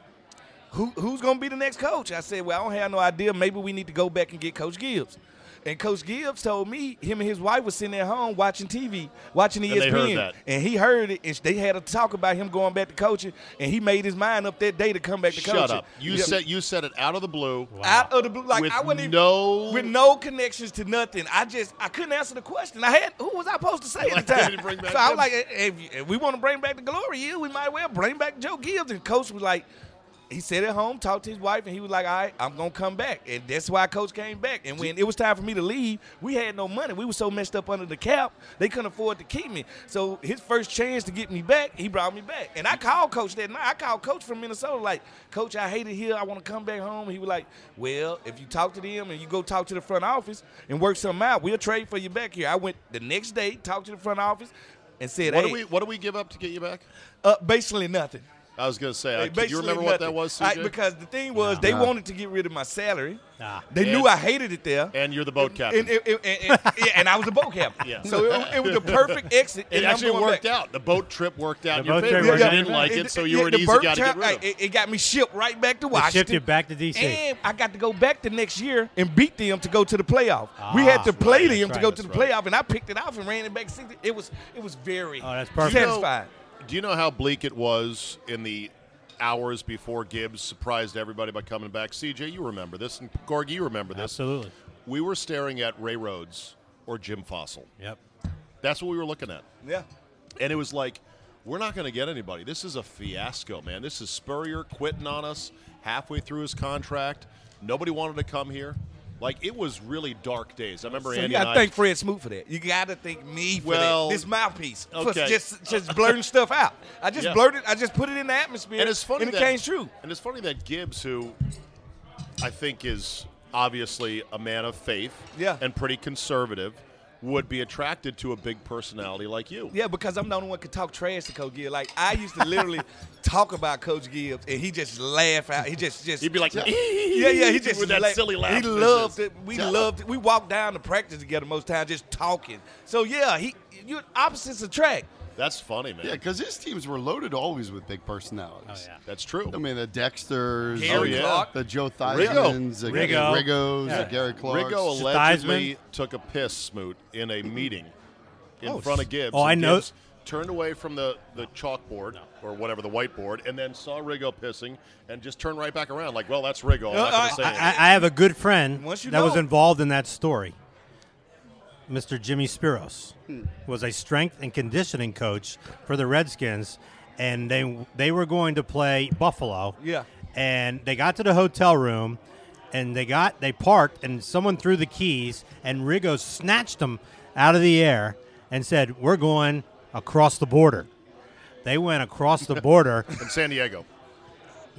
who, who's going to be the next coach? I said, well, I don't have no idea. Maybe we need to go back and get Coach Gibbs. And Coach Gibbs told me him and his wife was sitting at home watching TV, watching E ESPN,
And they heard that.
and he heard it. And sh- they had a talk about him going back to coaching, and he made his mind up that day to come back to
Shut
coaching.
up. You
Yeah.
said you said it out of the blue.
out of the blue, like
With
I wasn't even
no-
with no connections to nothing. I just I couldn't answer the question. I had who was I supposed to say at the
They
time?
didn't bring back
so I
him.
was like, eh, if, if we want to bring back the glory year, we might well bring back Joe Gibbs. And Coach was like, he sat at home, talked to his wife, and he was like, all right, I'm gonna come back. And that's why Coach came back. And when it was time for me to leave, we had no money. We were so messed up under the cap, they couldn't afford to keep me. So his first chance to get me back, he brought me back. And I called Coach that night. I called Coach from Minnesota, like, Coach, I hate it here. I want to come back home. He was like, Well, if you talk to them and you go talk to the front office and work something out, we'll trade for you back here. I went the next day, talked to the front office, and said,
What
hey,
do we what do we give up to get you back?
uh, basically nothing.
I was gonna say. I,
Like,
Uh, do you remember what that
nothing.
was?
I-
CJ?
because the thing was, they wanted to get rid of my salary.
Nah.
They
And-
knew I hated it there.
and you're the boat captain.
And, and, and, and- and- yeah, and I was a boat captain.
Yeah.
So it, it was the perfect exit.
it
and I'm
actually
going
worked
back.
out. The boat trip worked out. in
The
your
boat trip
favor.
worked
you
out.
didn't like it, so you were an
the
easy
birth
guy to
trap,
get rid
like,
of.
It, it got me shipped right back to Washington.
shipped you back to DC.
And I got to go back the next year and beat them to go to the playoff. we had to play
right,
them
Ah, that's
to go
right,
to the
that's right.
playoff, and I picked it off and ran it back. 60. It was it was very
Oh, that's perfect.
Do you know-
satisfying.
do you know how bleak it was in the hours before Gibbs surprised everybody by coming back? CJ, you remember this, and Gorg, you remember this.
Absolutely.
We were staring at Ray Rhodes or Jim Fossil.
Yep.
That's what we were looking at.
Yeah.
And it was like, we're not going to get anybody. This is a fiasco, man. This is Spurrier quitting on us halfway through his contract. Nobody wanted to come here. Like, it was really dark days. I remember
So you
Andy
gotta
and I.
thank Fred Smoot for that. You gotta thank me for
Well,
that. This mouthpiece for
okay.
just just blurting stuff out. I just
Yeah.
blurted. I just put it in the atmosphere.
and it's funny
And it
that,
came true.
And it's funny that Gibbs, who I think is obviously a man of faith
Yeah.
and pretty conservative, would be attracted to a big personality like you.
Yeah, because I'm the only one could talk trash to Coach Gibbs. Like I used to literally talk about Coach Gibbs, and he just laugh out. He just just
He'd be like,
yeah, yeah. He just
with that
laugh-
silly laugh.
He
It's
loved
just-
it. We
Yeah.
loved it. We walked down to practice together most times, just talking. So yeah, he you opposites attract.
That's funny, man.
Yeah, because his teams were loaded always with big personalities.
Oh, yeah.
That's true.
I mean, the Dexters,
Gary
the,
Clark.
the Joe
Rigo.
Theismann's, the
Rigo.
Rigos,
Yeah.
the Gary Clarks.
Rigo
a Theismann.
allegedly took a piss smoot in a meeting in front of Gibbs.
Oh,
and
I know-
Gibbs turned away from the, the chalkboard or whatever the whiteboard, and then saw Rigo pissing, and just turned right back around. Like, well, that's Rigo. I'm not
Uh,
going to say
I,
anything.
I I have a good friend
Once you
that was
know.
involved in that story. Mr. Jimmy Spiros was a strength and conditioning coach for the Redskins, and they they were going to play Buffalo.
Yeah.
and they got to the hotel room, and they got they parked, and someone threw the keys, and Rigo snatched them out of the air and said, "We're going across the border." They went across the border.
in San Diego.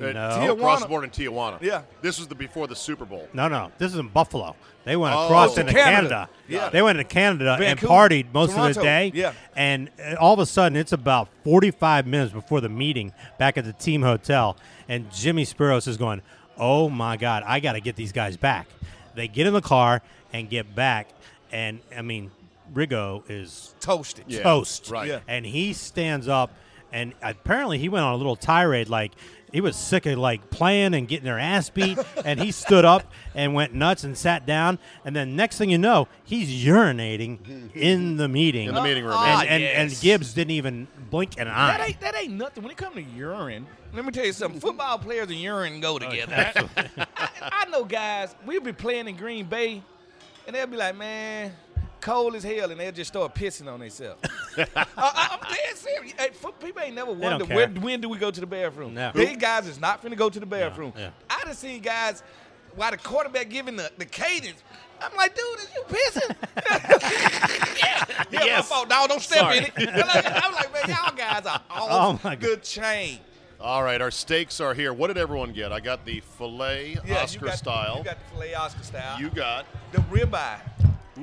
Uh, Across
No.
Tijuana.
the board in Tijuana.
Yeah.
This was the before the Super Bowl.
No, no, this is in Buffalo. They went
Oh.
across
To
into
Canada.
Canada.
Yeah.
They went to Canada
Vancouver,
and partied most of
Toronto.
the day.
Yeah.
And uh, all of a sudden, it's about 45 minutes before the meeting back at the team hotel. And Jimmy Spiros is going, Oh my God, I got to get these guys back. They get in the car and get back. And I mean, Rigo is
Toasted.
toast.
right. Yeah.
And he stands up, and apparently he went on a little tirade like he was sick of like playing and getting their ass beat. and he stood up and went nuts and sat down. And then next thing you know, he's urinating in the meeting.
In the meeting room, Ah,
And,
yeah.
and, and
yes.
Gibbs didn't even blink an eye.
That ain't that ain't nothing. When it comes to urine, let me tell you something. Football players and urine
Oh,
go together. I, I know guys. We'll be playing in Green Bay, and they'll be like, "Man, cold as hell," and they'll just start pissing on themselves. I, I, am dead serious. Hey, foot, people ain't never
don't
wondered
care.
when, when do we go to the bathroom.
No.
These guys is not finna go to the bathroom.
yeah.
I done seen guys while the quarterback giving the, the cadence. I'm like, dude, is you pissing? yeah, yeah,
Yes.
my fault, dog. Don't step in it. I'm like, I'm like, man, y'all guys are
Oh,
off
my
the chain.
All right, our steaks are here. What did everyone get? I got the filet
Yeah,
Oscar
you got,
style.
You got the filet Oscar style.
You got-
the ribeye.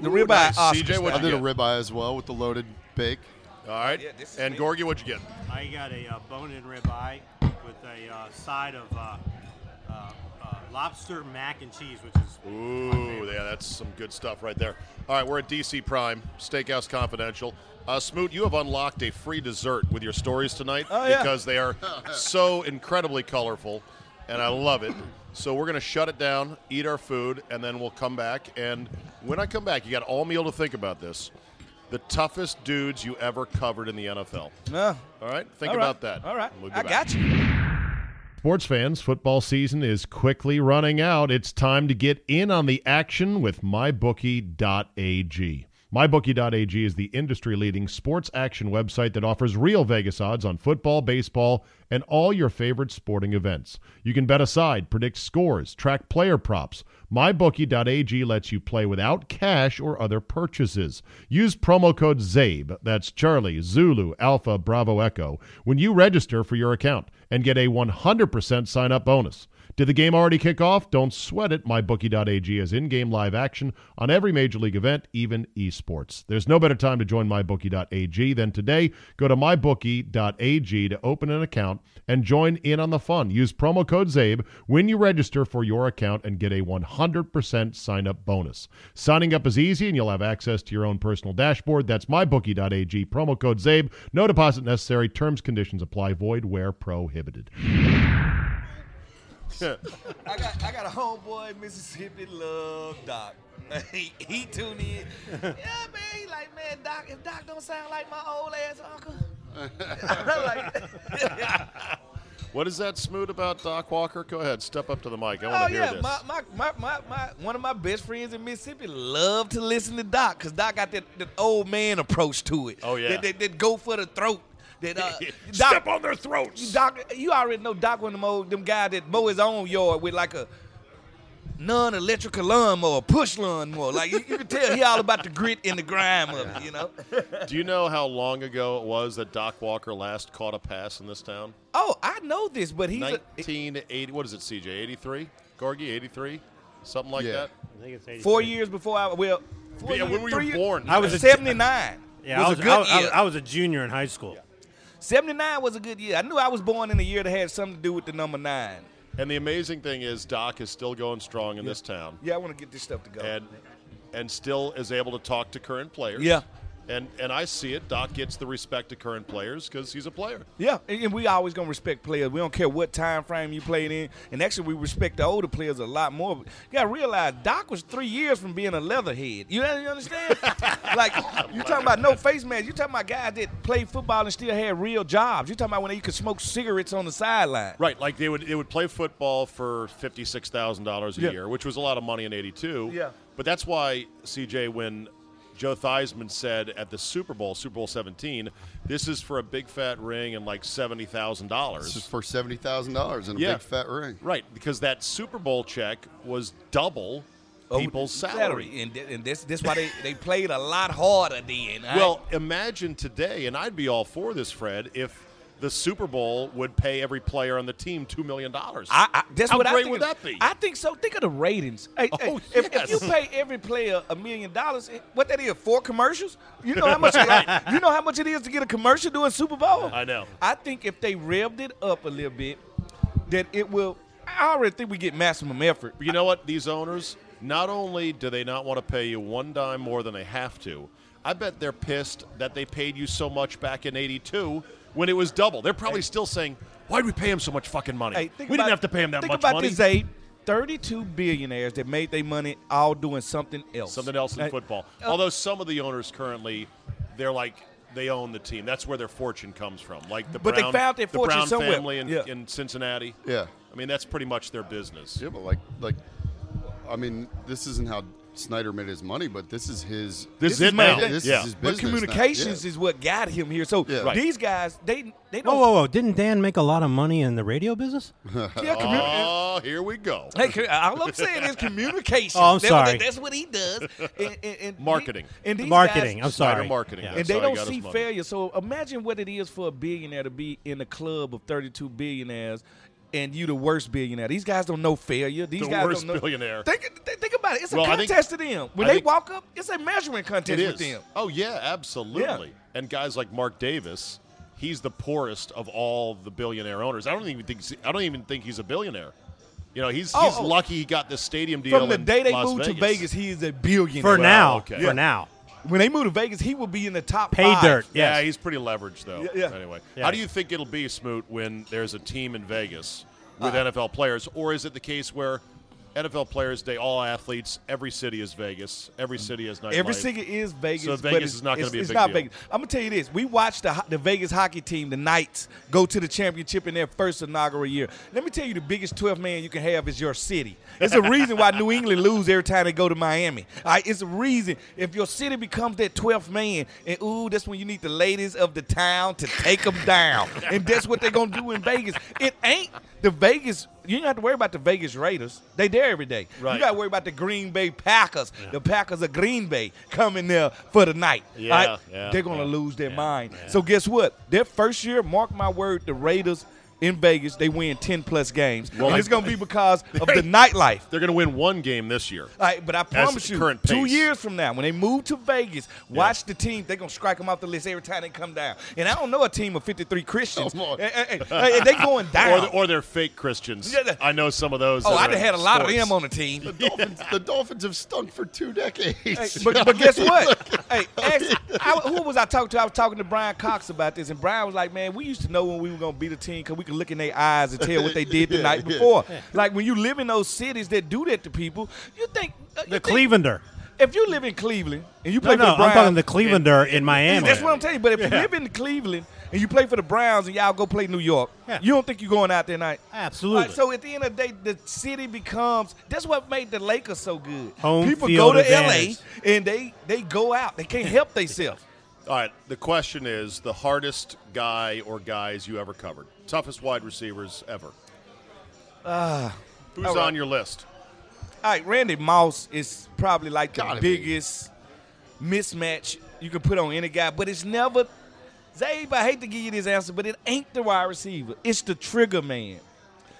The
Ooh,
ribeye
nice.
Oscar
CJ,
style.
what'd
I did a
Yeah.
ribeye as well with the loaded bake.
all right.
Yeah, this is
and
me.
Gorgie, what'd you get?
I got a uh, bone-in ribeye with a uh, side of uh, uh, uh, lobster mac and cheese, which is
Ooh, yeah, that's some good stuff right there. All right, we're at DC Prime Steakhouse Confidential. Uh, Smoot, you have unlocked a free dessert with your stories tonight
Oh, yeah.
because they are so incredibly colorful. and I love it. So we're gonna shut it down, eat our food, and then we'll come back. And when I come back, you got all meal to think about this. The toughest dudes you ever covered in the NFL.
No.
All right, think
All right.
about that.
All right.
We'll be
I
back.
got you.
Sports fans, football season is quickly running out. It's time to get in on the action with mybookie.ag. Mybookie.ag is the industry leading sports action website that offers real Vegas odds on football, baseball, and all your favorite sporting events. You can bet aside, predict scores, track player props. MyBookie.ag lets you play without cash or other purchases. Use promo code ZABE, that's Charlie, Zulu, Alpha, Bravo, Echo, when you register for your account and get a 100% sign up bonus. Did the game already kick off? Don't sweat it. MyBookie.ag has in game live action on every major league event, even esports. There's no better time to join MyBookie.ag than today. Go to MyBookie.ag to open an account and join in on the fun. Use promo code ZABE when you register for your account and get a 100% sign up bonus. Signing up is easy and you'll have access to your own personal dashboard. That's MyBookie.ag. Promo code ZABE. No deposit necessary. Terms, conditions apply. Void where prohibited.
I got I got a homeboy Mississippi love Doc. he, he tuned in. Yeah, man. He like, man, Doc. If Doc don't sound like my old ass uncle, I'm like,
What is that smoot about Doc Walker? Go ahead, step up to the mic. I want
oh
to hear
yeah,
this.
my, my, my, my, my one of my best friends in Mississippi love to listen to Doc because Doc got that, that old man approach to it.
Oh, yeah.
that, that, that go for the throat. That uh, Doc,
Step on their throats.
Doc, you already know Doc one of them old them guy that mow his own yard with like a non-electrical lawnmower, push lawnmower. Like you, you can tell he all about the grit and the grime of it, you know.
Do you know how long ago it was that Doc Walker last caught a pass in this town?
Oh, I know this, but he's a,
1980. What is it, CJ? 83? Gargi, 83? Something like
Yeah.
that?
I think it's 83.
four years before I well, four
Yeah,
years,
when were you
three years-
born?
I was a-
seventy-nine.
Yeah,
was
I was
a
I,
good
I-
year.
I was a junior in high school.
79 was a good year. I knew I was born in a year that had something to do with the number nine.
And the amazing thing is, Doc is still going strong in this town
Yeah, I want to get this stuff to go.
and and still is able to talk to current players.
Yeah.
And, and I see it. Doc gets the respect to current players because he's a player.
yeah, and and we always gonna respect players. We don't care what time frame you played in, and actually we respect the older players a lot more. You gotta realize Doc was three years from being a leatherhead. You, you understand? like you talking about no face masks. You talking about guys that played football and still had real jobs. You talking about when you could smoke cigarettes on the sideline.
Right, like they would they would play football for fifty six thousand dollars a year, which was a lot of money in eighty two.
Yeah.
but that's why CJ when Joe Theismann said at the Super Bowl, Super Bowl seventeen, this is for a big fat ring and like seventy thousand
This is
dollars.
for seventy thousand dollars and a
Yeah.
big fat ring.
Right, because that Super Bowl check was double
Oh,
people's salary.
and, th- and this this why they, they played a lot harder then. all right?
Well, imagine today, and I'd be all for this, Fred, if the Super Bowl would pay every player on the team two million dollars.
I, I, that's
How
what I
great
think
would
of-
that be?
I think so. Think of the ratings. Hey, hey,
Oh,
if, if
yes.
you pay every player a million dollars, eh, what that is four commercials? You know how much? it, you know how much it is to get a commercial during Super Bowl?
I know.
I think if they revved it up a little bit, that it will. I already think we get maximum effort.
But you know what? These owners, not only do they not want to pay you one dime more than they have to, I bet they're pissed that they paid you so much back in 82 when it was double. They're probably still saying, why'd we pay him so much fucking money?
Hey,
we
think
didn't
about-
have to pay him that
think
much
about
money.
This eight, 32 billionaires that made their money all doing something else.
Something else in
Hey,
football.
uh,
Although some of the owners currently, they're like, they own the team. That's where their fortune comes from. Like the
But they
Brown,
found their
the
fortune
Brown
somewhere.
family in,
Yeah.
in Cincinnati.
Yeah.
I mean, that's pretty much their business.
Yeah, but like, like, I mean, this isn't how Snyder made his money, but this is his.
This,
This
is
is
it
my
now.
thing.
This
yeah.
is his
But
business now.
communications
Yeah.
is what got him here. So
Yeah. Right.
these guys, they they
Whoa,
don't.
whoa, whoa! Didn't Dan make a lot of money in the radio business?
Yeah, commu-
Oh, here we go.
Hey, commu- all I'm saying is communication.
Oh, I'm
That's what-
sorry.
that's what he does. And, and, and
Marketing.
the- and these
Marketing.
guys-
I'm
Snyder
sorry.
marketing.
Yeah.
That's
and they
how he
don't
got his
see
money.
failure. So imagine what it is for a billionaire to be in the club of 32 billionaires, and you the worst billionaire. These guys don't know failure. These
The
guys
worst
don't know.
billionaire.
Think, th- think about it. It's a
Well, I think-
contest to them.
I
When they
think-
walk up, it's a measuring contest
It
with
is.
them.
Oh yeah, absolutely. And guys like Mark Davis, he's the poorest of all the billionaire owners. I don't even think I don't even think he's a billionaire. You know, he's
Oh,
he's
oh.
lucky he got this stadium deal
From the
in
day they
Las
moved
Vegas.
to Vegas, he is a billionaire.
For now,
okay.
for
Yeah.
now,
when they move to Vegas, he will be in the top
pay
five.
dirt.
Yeah,
Yes.
he's pretty leveraged though.
Yeah, yeah.
Anyway,
Yeah.
how do you think it'll be, Smoot, when there's a team in Vegas with
Uh.
NFL players, or is it the case where NFL players, they all athletes, every city is Vegas, every city is nightlife.
Mm. Every city is Vegas.
So
but
Vegas
it's-
is not gonna
it's-
be a
it's
big
not
deal.
Vegas. I'm gonna tell you this: we watched the ho- the Vegas hockey team, the Knights, go to the championship in their first inaugural year. Let me tell you, the biggest 12 man you can have is your city. It's a reason why New England lose every time they go to Miami. All right, it's a reason if your city becomes that 12th man, and ooh, that's when you need the ladies of the town to take them down, and that's what they're gonna do in Vegas. It ain't the Vegas. You don't have to worry about the Vegas Raiders. They there every day.
Right.
You got to worry about the Green Bay Packers. The Packers of Green Bay coming there for the night.
Yeah,
right?
yeah,
They're going to
yeah,
lose their
yeah,
mind.
yeah.
So guess what? Their first year, mark my word, the Raiders in Vegas, they win 10 plus games.
Well,
and
I-
it's going to be because of the nightlife.
They're going to win one game this year.
All right, but I promise you,
current
two
pace.
years from now, when they move to Vegas, watch the team. They're going to strike them off the list every time they come down. And I don't know a team of 53 Christians.
Come on.
Hey, hey, hey, hey, they going
Or,
down.
the- or they're fake Christians.
Yeah, the-
I know some of those.
oh,
that
I
are
done
in
had a lot of
sports.
them on the team.
The Dolphins, the Dolphins have stunk for two decades.
Hey, but, but guess what? hey, ask, I, who was I talking to? I was talking to Brian Cox about this, and Brian was like, "Man, we used to know when we were gonna beat a team because we could look in their eyes and tell what they did the
Yeah,
night
yeah.
before." Like when you live in those cities that do that to people, you think uh, you
The
think-
Clevelander.
If you live in Cleveland and you
No,
play
no,
for the
I'm
Browns,
talking the Clevelander in Miami.
that's what I'm telling you. But if you live in Cleveland and you play for the Browns and y'all go play New York,
Yeah.
you don't think you're going out there night.
Absolutely.
Like, so at the end of the day, the city becomes. That's what made the Lakers so good.
Home
People
field
go to
advantage.
LA and they they go out. They can't help themselves.
All right. The question is the hardest guy or guys you ever covered, toughest wide receivers ever. Who's
Uh, all right.
on your list?
All right, Randy Moss is probably like the
Gotta be.
biggest mismatch you can put on any guy, but it's never. Zabe, I hate to give you this answer, but it ain't the wide receiver. It's the trigger man.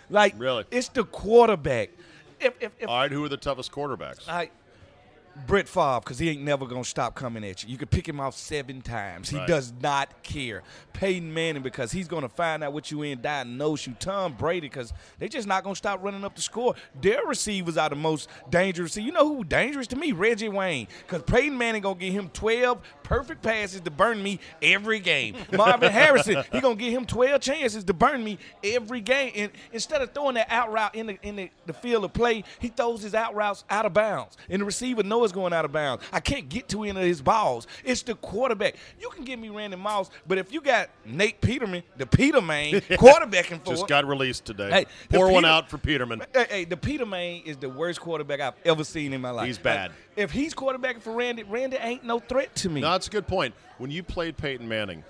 Like
Really?
it's the quarterback. If if, if
All right. Who are the toughest quarterbacks?
I Brett Favre, because he ain't never gonna stop coming at you. You can pick him off seven times. He
Right.
does not care. Peyton Manning, because he's gonna find out what you in, diagnose you. Tom Brady, because they just not gonna stop running up the score. Their receivers are the most dangerous. See, you know who dangerous to me? Reggie Wayne, because Peyton Manning gonna get him twelve perfect passes to burn me every game. Marvin Harrison, he gonna get him twelve chances to burn me every game. And instead of throwing that out route in the in the, the field of play, he throws his out routes out of bounds, and the receiver knows it's going out of bounds. I can't get to any of his balls. It's the quarterback. You can give me Randy Moss, but if you got Nate Peterman, the Peterman quarterbacking for
Just
it,
got released today.
Hey, the
Pour one
Peter-
out for Peterman.
Hey, hey, the Peterman is the worst quarterback I've ever seen in my life.
He's bad.
Like, if he's quarterbacking for Randy, Randy ain't no threat to me.
No, that's a good point. When you played Peyton Manning,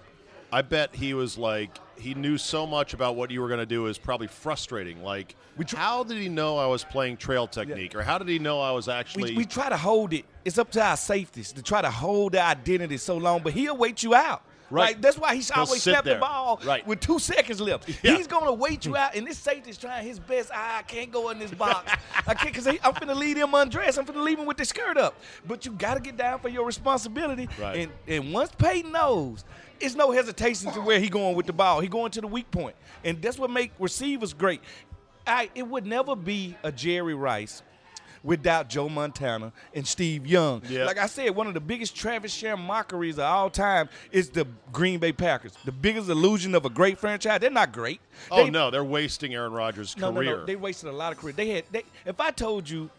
I bet he was like he knew so much about what you were going to do is probably frustrating. Like, how did he know I was playing trail technique, or how did he know I was actually?
we, we try to hold it. It's up to our safeties to try to hold their identity so long, but he'll wait you out.
Right.
Like, that's why he's
He'll
always
sit
snapping
there.
the ball
Right.
with two seconds left.
Yeah.
He's gonna wait you out, and this safety's trying his best. Ah, I can't go in this box. I can't because I'm finna leave him undressed. I'm finna leave him with the skirt up. But you gotta get down for your responsibility.
Right.
And and once Peyton knows, it's no hesitation to where he going with the ball. He going to the weak point, and that's what make receivers great. I it would never be a Jerry Rice without Joe Montana and Steve Young.
Yeah.
Like I said, one of the biggest Travis Share mockeries of all time is the Green Bay Packers. The biggest illusion of a great franchise. They're not great.
oh
They-
no, they're wasting Aaron Rodgers'
no,
career.
No, no, they wasted a lot of career. They had they, if I told you,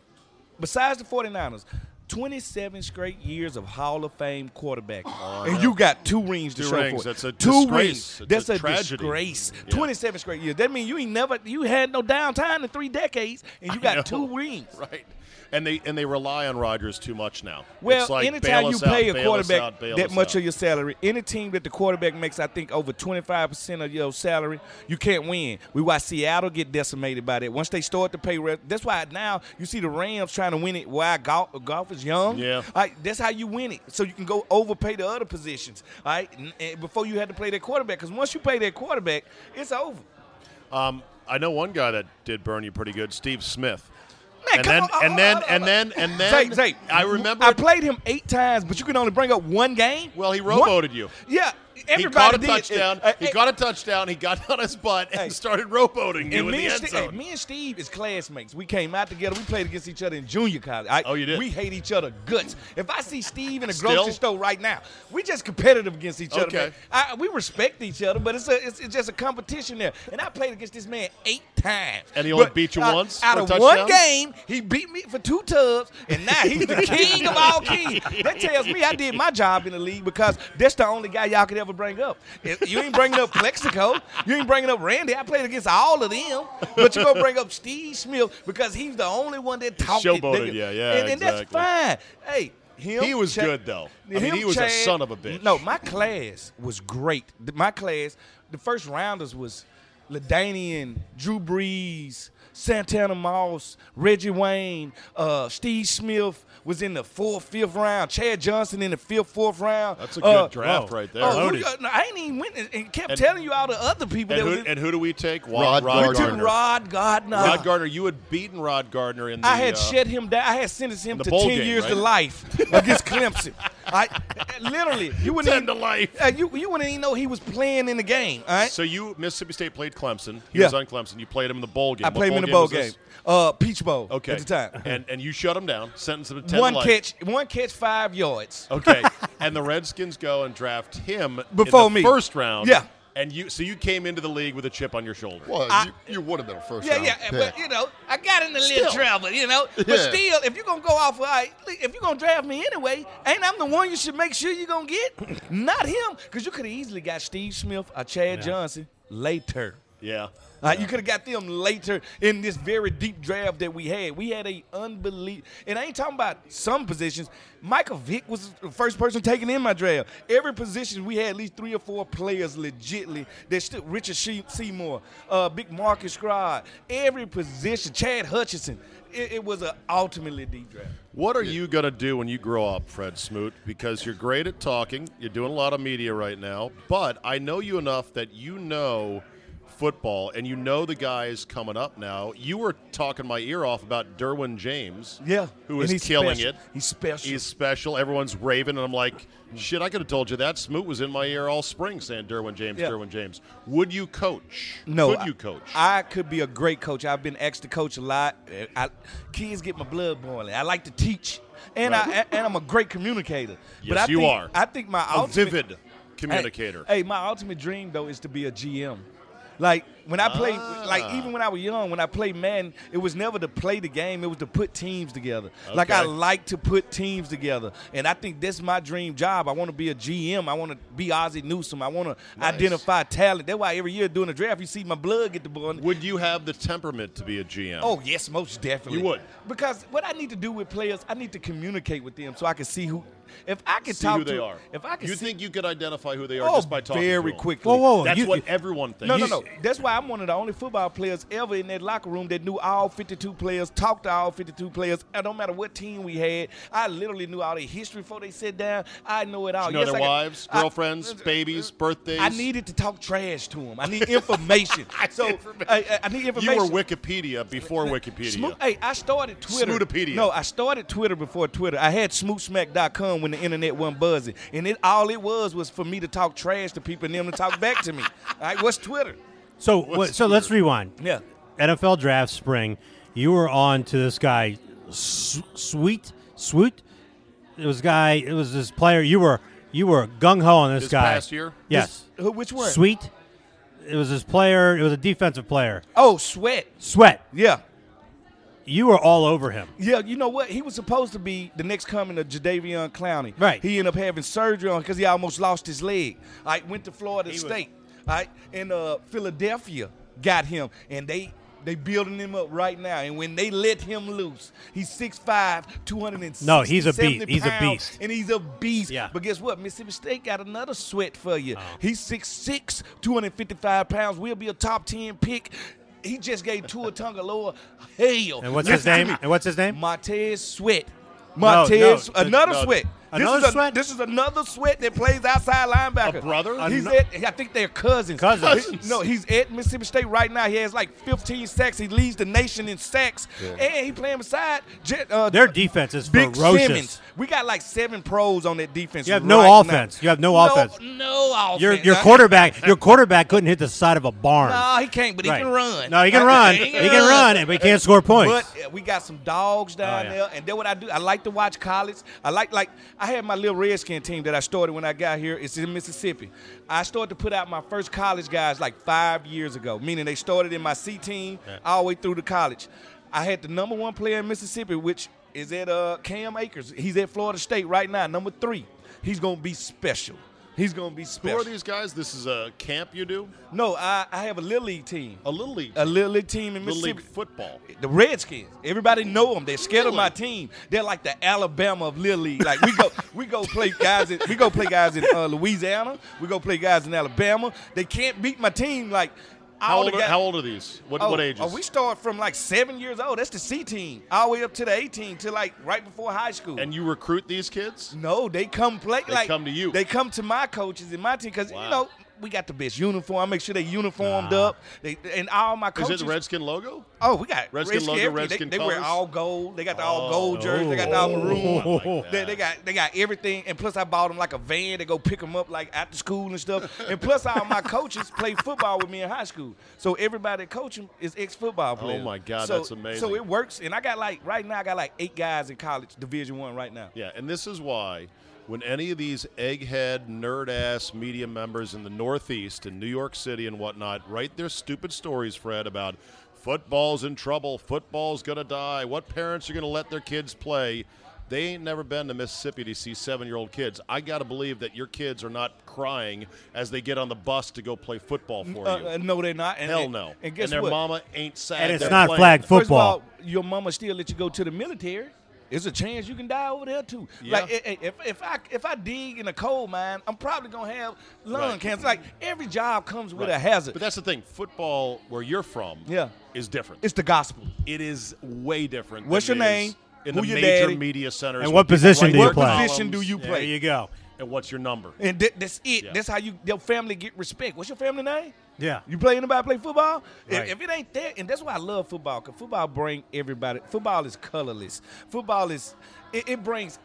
besides the 49ers, 27 straight years of Hall of Fame quarterback, and you got two rings to
Two
show
rings.
for it.
That's a
two
disgrace.
rings.
It's
That's
a
a,
tragedy.
disgrace.
Yeah.
27 straight years. That means you ain't never you had no downtime in three decades, and you
know.
got two rings.
right? And they and they rely on Rodgers too much now.
Well,
It's like,
anytime
bail
you
us out,
pay
bail
a
us
quarterback
out, bail
that
us
much
out.
of your salary, any team that the quarterback makes, I think over twenty five percent of your salary, you can't win. We watch Seattle get decimated by that. Once they start to pay, rep, that's why now you see the Rams trying to win it. Why golf, golf is young?
Yeah.
All right, that's how you win it. So you can go overpay the other positions. All right, and- and before you had to play that quarterback, because once you play that quarterback, it's over.
Um, I know one guy that did burn you pretty good, Steve Smith.
Man,
and,
come
then,
on, oh,
and,
hold
then,
on, hold
and
on.
then and then
Zay, Zay,
I remember
I played him eight times, but you can only bring up one game.
Well, he
One-
rowboated you.
Yeah,
he
everybody
caught a
did.
touchdown.
Uh,
he
hey,
got a touchdown. He got on his butt and
Hey.
started rowboating you in
me
the end
and Ste-
zone.
hey, me and Steve is classmates. We came out together. We played against each other in junior college. I,
Oh, you did?
We hate each other guts. If I see Steve in a
Still?
grocery store right now, we just competitive against each other.
Okay.
man. I, we respect each other, but it's, a, it's it's just a competition there. And I played against this man eight times.
And he only
But,
beat you
uh,
once
Out
for a
of one
touchdown?
game, he beat me for two tubs, and now he's the king of all kings. That tells me I did my job in the league because that's the only guy y'all could ever bring up. If- You ain't bringing up Plexico. You ain't bringing up Randy. I played against all of them, but you're gonna bring up Steve Smith because he's the only one that talked. it
showboated
down.
you. Yeah,
and, and
exactly.
that's fine. Hey. Him,
He was
Chad-
good, though. I mean, he was a son of a bitch.
No, my class was great. Th- My class, the first rounders was Ladanian, Drew Brees, Santana Moss, Reggie Wayne, uh, Steve Smith was in the fourth, fifth round. Chad Johnson in the fifth, fourth round.
That's a
Uh,
good draft
whoa.
right there.
Oh, who
Loaded.
y'all- no, I ain't even went and, and kept
And-
telling you all the other people
and, who,
that was in.
and who do we take? Wa-
Rod
Rod
we took
Gardner.
Rod Gardner.
Rod Gardner, you had beaten Rod Gardner in the.
I had
uh,
shut him down. I had sentenced him
the
to
bowl
ten
game,
years to
right?
life against Clemson. I literally, you wouldn't
10
even,
to life.
Uh, you you wouldn't even know he was playing in the game. All right,
So you Mississippi State played Clemson. He
Eh. Yeah.
was on Clemson. You played him in the bowl game.
I
What
played him in the bowl
was
game.
this?
Uh, Peach Bowl.
Okay.
at the time.
and and you shut him down. Sentenced him to ten
one
life. Oh,
catch, one catch, five yards.
Okay. and the Redskins go and draft him in
Before
the
me.
first round.
Yeah.
And you so you came into the league with a chip on your shoulder.
Well,
I-
you, you would have been a first
Yeah,
round.
yeah, but
pick.
you know, I got in a little
Still.
trouble, you know. But
Yeah.
still, if you're gonna go off, all right, if you're gonna draft me anyway, ain't I'm the one you should make sure you're gonna get, not him, because you could have easily got Steve Smith or Chad Johnson later.
Yeah.
Uh, you could have got them later in this very deep draft that we had. We had a unbelievable, and I ain't talking about some positions. Michael Vick was the first person taken in my draft. Every position we had at least three or four players legitly that stood. Richard she- Seymour, uh, Big Marcus Scrod, every position. Chad Hutchinson. It, it was an ultimately deep draft.
What are you gonna do when you grow up, Fred Smoot? Because you're great at talking. You're doing a lot of media right now. But I know you enough that you know football and you know the guys coming up now. You were talking my ear off about Derwin James.
Yeah,
Who
and
is
he's
killing
special.
it.
He's special.
He's special. Everyone's raving, and I'm like, shit, I could have told you that. Smoot was in my ear all spring saying Derwin James,
Yeah.
Derwin James. Would you coach?
No,
Could you coach?
I, I could be a great coach. I've been asked to coach a lot. I, kids get my blood boiling. I like to teach, and I
Right.
and I'm a great communicator. but
Yes,
I
you
think,
are.
I think my
a
ultimate
vivid
Hey,
communicator.
Hey, my ultimate dream though is to be a GM. Like when I played, like
Ah.
even when I was young, when I played Madden, it was never to play the game; it was to put teams together. Like I
Okay.
like to put teams together, and I think that's my dream job. I want to be a GM. I want to be Ozzie Newsome. I want to identify talent. That's why every year during the draft, you see my blood get the ball.
Would you have the temperament to be a GM?
Oh yes, most definitely.
You would.
because what I need to do with players, I need to communicate with them so I can see who. If I can
see
talk
who they
to,
are.
if I can
you
see,
think you could identify who they are
oh,
just by talking
very
to 'em?
quickly.
Whoa, whoa,
That's
you-
what everyone thinks.
No, no, no. That's why I'm one of the only football players ever in that locker room that knew all 52 players, talked to all 52 players. It don't matter what team we had. I literally knew all their history before they sit down. I know it all.
You know
Yes, I
their
got-
wives,
I- uh,
girlfriends, babies, birthdays.
I needed to talk trash to them. I need information. so I, I- I need
You
information.
were Wikipedia before Wikipedia.
Smo- hey, I started Twitter.
Smootopedia.
No, I started Twitter before Twitter. I had smootsmack.com when the internet wasn't buzzing. And it all it was was for me to talk trash to people and them to talk back to me. All right, what's Twitter?
So, what, so let's rewind.
Yeah.
NFL draft spring, you were on to this guy, S- Sweet Swoot. It was guy. It was this player. You were you were gung ho on this,
This
guy.
past year?
yes.
Who, which one?
Sweet. It was this player. It was a defensive player.
Oh, Sweat.
Sweat.
Yeah.
You were all over him.
Yeah, you know what? He was supposed to be the next coming of Jadavion Clowney.
Right.
He ended up having surgery on because he almost lost his leg. I went to Florida
was-
State. I and uh, Philadelphia got him, and they they building him up right now. And when they let him loose, he's 6'5", 260,
No, he's a beast.
70
He's a
pounds,
beast.
and he's a beast.
Yeah. Oh.
But guess what? Mississippi State got another sweat for you. He's 6'6", 255 pounds. We'll be a top ten pick. He just gave Tua Tungaloa hell.
And what's his
Listen to
name?
me.
And what's his name?
Montez Sweat.
No,
Montez,
no,
another
no,
Sweat.
Another
this is
sweat?
A, this is another sweat that plays outside linebacker.
A brother?
He's
Ano-
at, I think they're cousins.
Cousins.
He- no, he's at Mississippi State right now. He has like 15 sacks. He leads the nation in sacks, and he playing beside. Je- Uh,
Their defense is
Big
ferocious.
Simmons. We got like seven pros on that defense.
You have
right
no
now.
offense. You have no offense.
No offense.
Your your
I-
quarterback your quarterback couldn't hit the side of a barn.
No, he can't, but he
Right.
can run.
No, he can
I-
run. He can run, but he can't score points.
But uh, we got some dogs down
Oh, yeah.
there, and then what I do, I like to watch college. I like like I had my little redskin team that I started when I got here. It's in Mississippi. I started to put out my first college guys like five years ago, meaning they started in my C team all the way through to college. I had the number one player in Mississippi, which is at uh, Cam Akers. He's at Florida State right now, number three. He's gonna be special. He's gonna be
Who
special.
are these guys? This is a camp you do?
No, I, I have a little league team.
A little league.
A little league team in
little league
Mississippi.
football.
The Redskins. Everybody know them. They're scared of my team. They're like the Alabama of Little League. Like we go, we go play guys. In, we go play guys in uh, Louisiana. We go play guys in Alabama. They can't beat my team. Like
How
all
old,
the
are,
guys-
how old are these? What,
Oh,
what ages?
Oh, we start from like seven years old. That's the C team, all the way up to the A team, to like right before high school.
and you recruit these kids?
No, they come play.
They
like
come to you.
They come to my coaches and my team because
Wow.
you know we got the best uniform. I make sure they uniformed up. They and all my
Is
coaches.
it the Redskin logo?
Oh, we got
Redskin
Redskin
logo,
everything.
Redskin
they, they wear
colors? Oh,
all gold. They got the all gold jerseys. They got the all maroon.
I like that.
They, they got they got everything, and plus I bought them like a van to go pick them up like after school and stuff. And plus all my coaches played football with me in high school, so everybody coaching is ex football players.
Oh, my God,
So-
that's amazing.
So it works, and I got like right now I got like eight guys in college Division One right now.
Yeah, and this is why when any of these egghead, nerd ass media members in the Northeast, in New York City and whatnot, write their stupid stories, Fred, about football's in trouble, football's going to die, what parents are going to let their kids play. They ain't never been to Mississippi to see seven year old kids. I got to believe that your kids are not crying as they get on the bus to go play football for
Uh,
you.
uh, no, they're not. And,
Hell
and-
no.
And guess
their
what?
mama ain't sad.
and it's
they're
not
playing.
flag
First of
football.
all, your mama still let you go to the military. There's a chance you can die over there too.
Yeah.
Like i- i- if, if I if I dig in a coal mine, I'm probably gonna have lung
Right.
cancer. Like every job comes with a
Right.
hazard.
But that's the thing. Football, where you're from,
Yeah.
is different.
it's the gospel.
it is way different.
What's
than
your
it
name?
is In
Who
the
your
major
daddy?
media centers,
And
with
what
people
position
writing
do you
their
play?
Position do you
columns.
there
play?
you go.
And what's your number?
And that, that's it.
Yeah.
That's how you your family get respect. What's your family name?
Yeah.
You play anybody play football? If-
Right.
If, it ain't that, and that's why I love football, because football bring everybody. Football is colorless. Football is it, it brings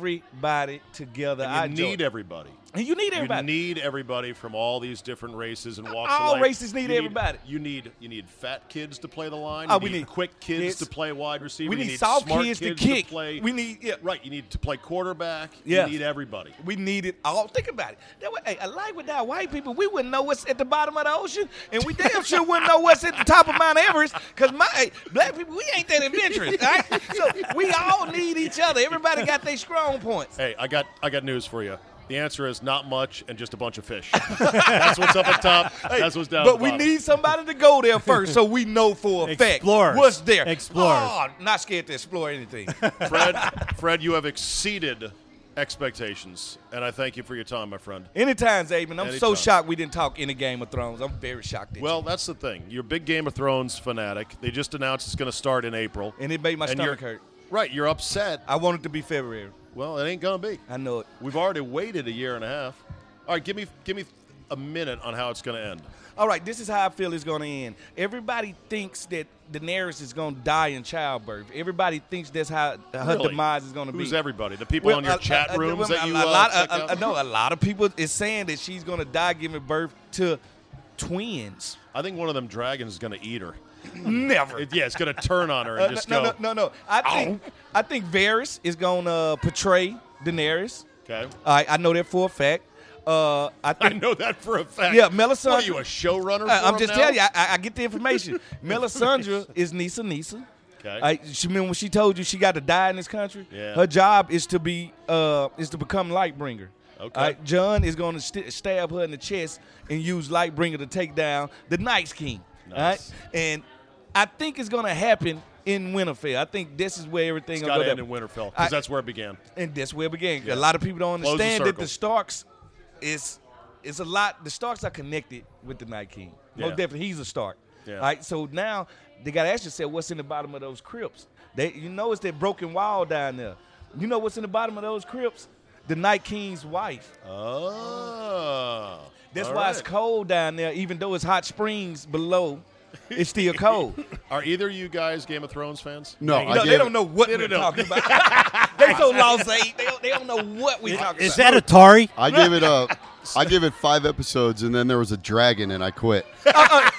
everybody together.
You
I enjoy
need
it.
everybody.
And you need everybody.
You need everybody from all these different races and walks. of
All
life.
races need
You
everybody.
You need you need fat kids to play the line.
Oh,
You
we
need
need
quick kids
kids.
to play wide receiver.
We
you
need soft
smart
kids to kick.
play.
We need- yeah.
right. You need to play quarterback.
Yeah.
You need everybody.
We need it all. Think about it. That way, hey, like without white people, we wouldn't know what's at the bottom of the ocean, and we damn sure wouldn't know what's at the top of Mount Everest. Cause my hey, black people, we ain't that adventurous. All right? So we all need each other. Everybody got their strong points.
Hey, I got I got news for you. The answer is not much and just a bunch of fish. That's what's up at top. That's what's down. at
But
the
we
bottom.
need somebody to go there first, so we know for a fact
Explorers.
what's there.
Explorers.
Oh, not scared to explore anything.
Fred, Fred, you have exceeded expectations, and I thank you for your time, my friend.
Anytime, Zayman. I'm so
Anytime.
shocked we didn't talk any Game of Thrones. I'm very shocked. At you.
Well, that's the thing. You're a big Game of Thrones fanatic. They just announced it's going to start in April,
and it made my
and
stomach
you're-
hurt.
Right, you're upset.
I want it to be February.
Well, it ain't going to be.
I know it.
We've already waited a year and a half. All right, give me give me a minute on how it's going to end.
All right, this is how I feel it's going to end. Everybody thinks that Daenerys is going to die in childbirth. Everybody thinks that's how her
Really?
demise is going to be.
Who's everybody? The people on your
a-
chat
a- a-
rooms
a,
that you
a
uh,
lot,
check
a- a-
out?
no, a lot of people is saying that she's going to die giving birth to twins.
I think one of them dragons is going to eat her.
Never.
It- yeah, it's going to turn on her and
Uh,
just
no,
go.
no, no, no. I think I think Varys is going to portray Daenerys.
Okay.
All right, I know that for a fact. Uh, I
I
think
know that for a fact.
Yeah,
Melissa.
Melisandre-
What are you, a showrunner?
I,
for
I'm
him
just
now?
telling you, I, I I get the information. Melisandre is Nisa Nisa.
Okay.
I, she remember when she told you she got to die in this country.
Yeah.
Her job is to be uh is to become Lightbringer.
Okay.
Alright, John is going to st- stab her in the chest and use Lightbringer to take down the Night's King. All
Nice.
right, and I think it's going to happen in Winterfell. I think this is where everything
It's
will
got
go
to end in
down.
Winterfell
I-
because that's where it began.
and that's where it began.
Yeah.
A lot of people don't
Close the
understand that the
circle.
Starks is is a lot. The Starks are connected with the Night King.
Yeah.
Most definitely, he's a Stark.
Yeah.
All right, so now they got to ask yourself, what's in the bottom of those crypts? They, you know, it's that broken wall down there. You know what's in the bottom of those crypts? the Night King's wife.
Oh.
That's
All
why it's
right.
cold down there, even though it's hot springs below. It's still cold.
Are either of you guys Game of Thrones fans?
No,
You
I
know,
get
they
it.
don't know what we're talking about. they so lost. They, they, don't, they don't know what we're talking
Is
about.
that Atari?
I gave it a, I gave it five episodes, and then there was a dragon, and I quit.
but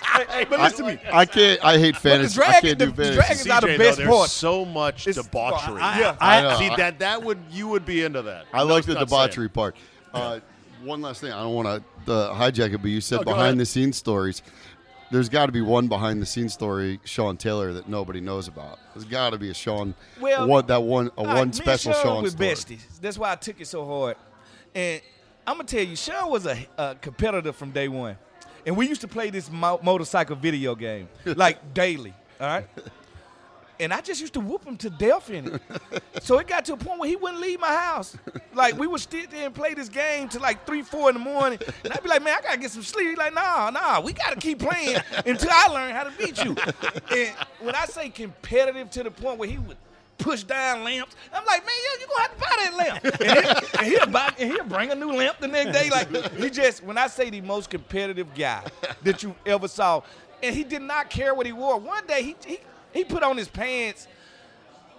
I,
listen to me.
I can't. I hate fantasy. I
dragon-
can't
the
do fantasy.
dragon- It's not the
CJ,
best
though, there's
part.
so much
It's-
debauchery.
I- Yeah.
I-
know.
See that that would you would be into that.
I like the
That's not
debauchery part. Uh, one last thing. I don't want to uh, hijack it, but you
Oh,
said
No, go ahead.
behind the scenes stories. There's got to be one behind the scenes story, Sean Taylor, that nobody knows about. There's got to be a Sean,
Well,
one, that one, a
All right,
one
me and
special
Sean
Sean
was
story.
besties. That's why I took it so hard. And I'm gonna tell you, Sean was a, a competitor from day one, and we used to play this mo- motorcycle video game like daily. All right. And I just used to whoop him to death in it. So it got to a point where he wouldn't leave my house. Like we would sit there and play this game till like three, four in the morning. And I'd be like, man, I gotta get some sleep. He's like, nah, nah, we gotta keep playing until I learn how to beat you. And when I say competitive to the point where he would push down lamps, I'm like, man, yo, you gonna have to buy that lamp. And he'll, and he'll buy and he'll bring a new lamp the next day. Like he just when I say the most competitive guy that you ever saw, and he did not care what he wore. One day he he, he put on his pants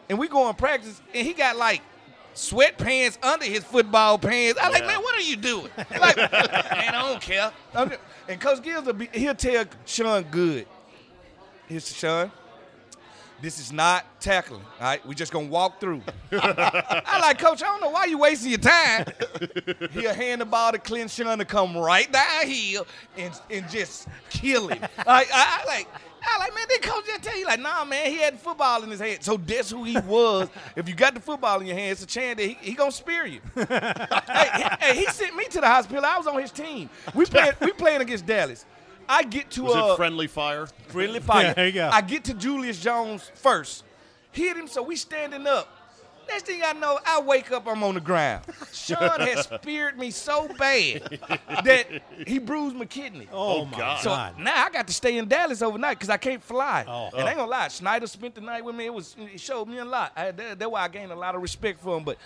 and we go in practice, and he got like sweatpants under his football pants. I'm like, man, what are you doing? Like, man, I don't care. I'm just- and Coach Gibbs, will be, he'll tell Sean Good, here's Sean, this is not tackling, all right? We're just going to walk through. I like, Coach, I don't know why you wasting your time. He'll hand the ball to Clint Sean to come right down here and, and just kill him. I, I, I like, I like, man, did coach just tell you, like, nah, man, he had the football in his hand. So that's who he was. if you got the football in your hand, it's a chance that he, he gonna spear you. hey, he- hey, he sent me to the hospital. I was on his team. We playing, we playing against Dallas. I get to
Was
uh,
it friendly fire?
friendly fire.
Yeah, there you go.
I get to Julius Jones first. Hit him, so we standing up. Next thing I know, I wake up, I'm on the ground. Sean has speared me so bad that he bruised my kidney.
Oh, my
God.
So
God.
now I got to stay in Dallas overnight because I can't fly.
Oh.
And I ain't gonna lie, Schneider spent the night with me. It was it showed me a lot. I, that, that's why I gained a lot of respect for him. But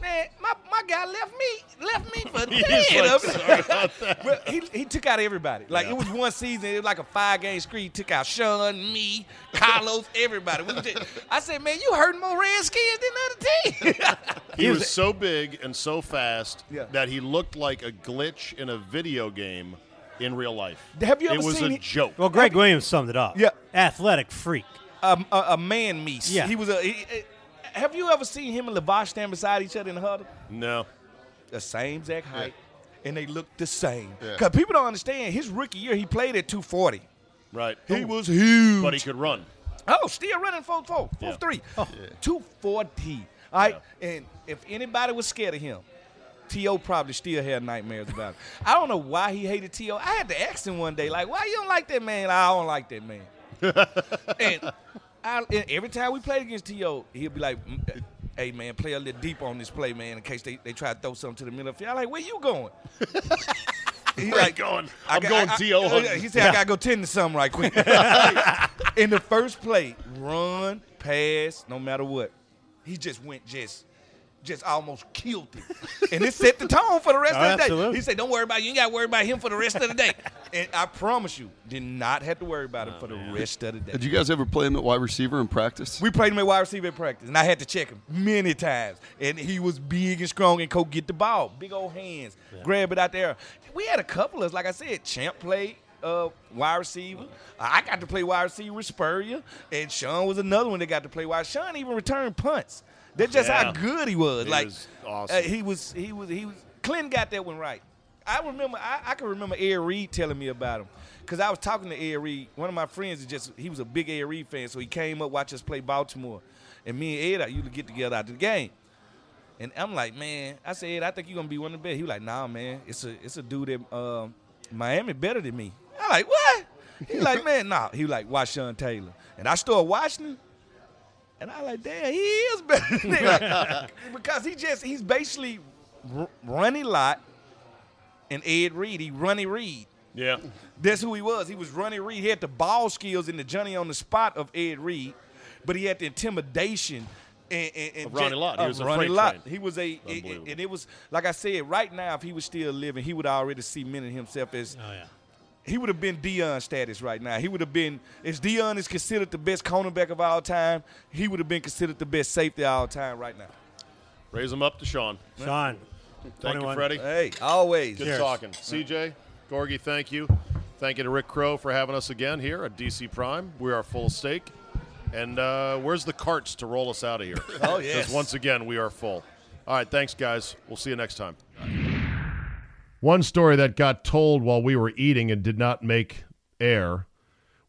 man, my, my guy left me left me for dead.
like,
I'm- well, he, he took out everybody. Like it was one season, it was like a five game screen. He took out Sean, me, Carlos, everybody. We just- I said, man, you hurting more Redskins than the other team.
He was so big and so fast
Yeah.
that he looked like a glitch in a video game in real life.
Have you
it
ever
was
seen
a
it-
joke.
Well, Greg Williams summed it up.
Yeah.
Athletic freak.
um, a, a man meese.
Yeah.
He was a. he- he- have you ever seen him and Lavash stand beside each other in the huddle?
no.
the same exact height, and they look the same.
Yeah.
Because people don't understand his rookie year, he played at 240.
Right.
He was huge.
but he could run.
Oh, still running 4 4, 4
Yeah.
3. 240. All right. And if anybody was scared of him, T.O. probably still had nightmares about him. I don't know why he hated T.O. I had to ask him one day, like, why you don't like that man? I don't like that man. and, I, and every time we played against T.O., he'll be like, "Mm, hey, man, play a little deep on this play, man, in case they, they try to throw something to the middle of the field. I'm like, where you going? He's
Where you going? I'm going T.O. hunting.
He said, I got to go tend to something right quick. in the first play, run, pass, no matter what. He just went just just almost killed it. And it set the tone for the rest
Oh,
of the
absolutely.
day. He said, Don't worry about it. You ain't gotta worry about him for the rest of the day. And I promise you, did not have to worry about him for the rest of the day.
Did you guys ever play him at wide receiver in practice?
We played him at wide receiver at practice, and I had to check him many times. And he was big and strong and could get the ball. Big old hands. Grab it out there. We had a couple of, us, like I said, Champ played uh, wide receiver. I got to play wide receiver with Spurrier. And Sean was another one that got to play wide. Sean even returned punts. That's just how
Yeah.
good he was.
He
like
was awesome.
uh, he was he was he was Clinton got that one right. I remember I, I can remember Ed Reed telling me about him. Cause I was talking to Ed Reed. One of my friends is just he was a big Ed Reed fan, so he came up, watch us play Baltimore. And me and Ed I used to get together after the game. And I'm like, man, I said, Ed, I think you're gonna be one of the best. He was like, nah, man, it's a it's a dude that um, Miami better than me. I'm like, what? He like, man, nah. He was like, watch Sean Taylor. And I started watching him. And I like, damn, he is better than that. because he just he's basically R- Ronnie Lott and Ed Reed. He Ronnie Reed.
Yeah.
That's who he was. He was Ronnie Reed. He had the ball skills and the Johnny on the spot of Ed Reed, but he had the intimidation and, and, and
Of Ronnie
Jack-
Lott. He
of
was a
Ronnie
freight
Lott.
train.
He was a,
Unbelievable.
and it was like I said. Right now, if he was still living, he would already cemented himself as
Oh yeah.
he would have been Dion status right now. He would have been if Dion is considered the best cornerback of all time. He would have been considered the best safety of all time right now.
Raise them up to Sean.
Sean.
Thank
21.
you, Freddie.
Hey, always.
Good
Cheers.
talking. CJ, Gorgie, thank you. Thank you to Rick Crow for having us again here at DC Prime. We are full stake. And uh, where's the carts to roll us out of here?
Oh, yes.
Because once again, we are full. All right, thanks, guys. We'll see you next time.
One story that got told while we were eating and did not make air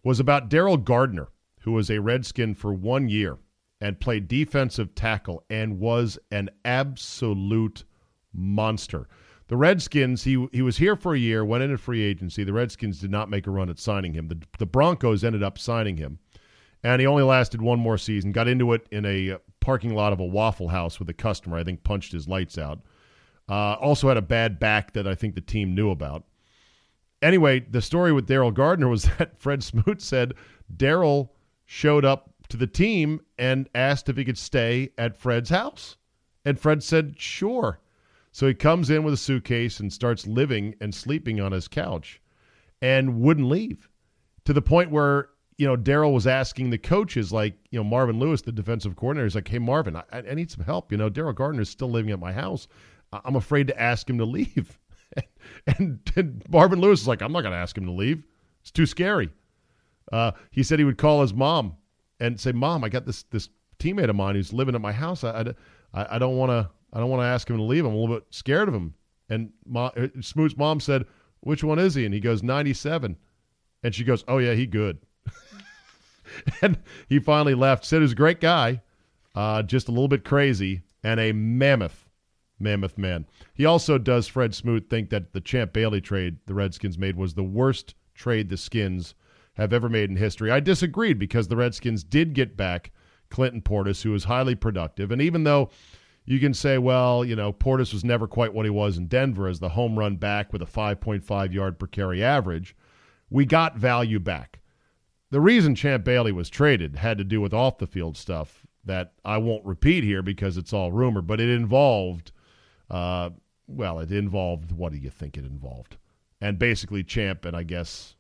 was about Daryl Gardner, who was a Redskin for one year and played defensive tackle and was an absolute monster. The Redskins, he, he was here for a year, went into free agency. The Redskins did not make a run at signing him. The, the Broncos ended up signing him, and he only lasted one more season. Got into it in a uh, parking lot of a Waffle House with a customer, I think punched his lights out. Uh, also had a bad back that I think the team knew about. Anyway, the story with Daryl Gardner was that Fred Smoot said Daryl showed up to the team and asked if he could stay at Fred's house. And Fred said, sure. So he comes in with a suitcase and starts living and sleeping on his couch and wouldn't leave to the point where you know Daryl was asking the coaches, like you know Marvin Lewis, the defensive coordinator, is like, "Hey Marvin, I, I need some help. You know Daryl Gardner is still living at my house. I- I'm afraid to ask him to leave." and, and Marvin Lewis is like, "I'm not going to ask him to leave. It's too scary." Uh, he said he would call his mom and say, "Mom, I got this this teammate of mine who's living at my house. I, I, I don't want to I don't want to ask him to leave. I'm a little bit scared of him." And Ma, uh, Smoot's mom said, "Which one is he?" And he goes, "97." And she goes, "Oh yeah, he good." and he finally left. Said he was a great guy, uh, just a little bit crazy and a mammoth, mammoth man. He also does Fred Smoot think that the Champ Bailey trade the Redskins made was the worst trade the Skins have ever made in history. I disagreed because the Redskins did get back Clinton Portis, who was highly productive, and even though. You can say, well, you know, Portis was never quite what he was in Denver as the home run back with a 5.5 yard per carry average. We got value back the reason Champ Bailey was traded had to do with off the field stuff that I won't repeat here because it's all rumor, but it involved, uh, well, it involved what do you think it involved? And basically, Champ and I guess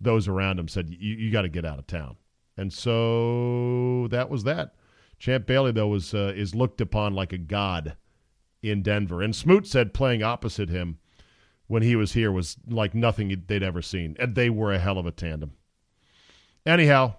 those around him said, you, you got to get out of town. And so that was that. Champ Bailey, though, was, uh, is looked upon like a god in Denver. And Smoot said playing opposite him when he was here was like nothing they'd ever seen. And they were a hell of a tandem anyhow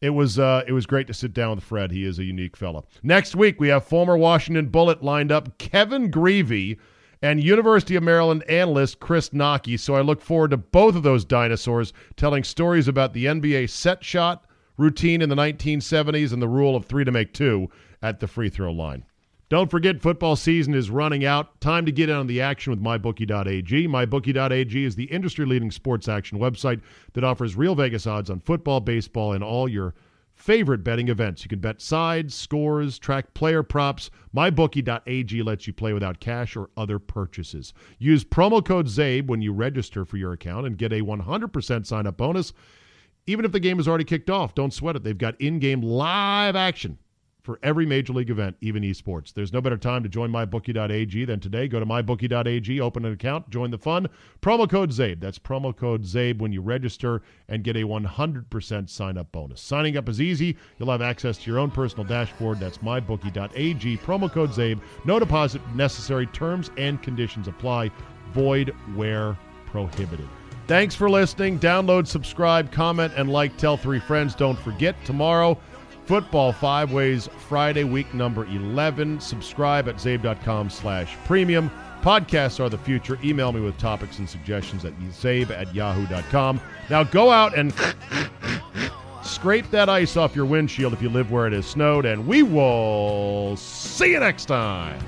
it was uh, it was great to sit down with fred he is a unique fella next week we have former washington bullet lined up kevin greavy and university of maryland analyst chris Nockey. so i look forward to both of those dinosaurs telling stories about the nba set shot routine in the 1970s and the rule of three to make two at the free throw line don't forget, football season is running out. Time to get in on the action with MyBookie.ag. MyBookie.ag is the industry leading sports action website that offers real Vegas odds on football, baseball, and all your favorite betting events. You can bet sides, scores, track player props. MyBookie.ag lets you play without cash or other purchases. Use promo code ZABE when you register for your account and get a 100% sign up bonus. Even if the game is already kicked off, don't sweat it. They've got in game live action for every major league event, even esports. There's no better time to join mybookie.ag than today. Go to mybookie.ag, open an account, join the fun. Promo code ZABE. That's promo code ZABE when you register and get a 100% sign up bonus. Signing up is easy. You'll have access to your own personal dashboard. That's mybookie.ag, promo code ZABE. No deposit necessary. Terms and conditions apply. Void where prohibited. Thanks for listening. Download, subscribe, comment, and like. Tell three friends. Don't forget, tomorrow, Football Five Ways Friday, week number 11. Subscribe at zabe.com slash premium. Podcasts are the future. Email me with topics and suggestions at zabe at yahoo.com. Now go out and scrape that ice off your windshield if you live where it is snowed, and we will see you next time.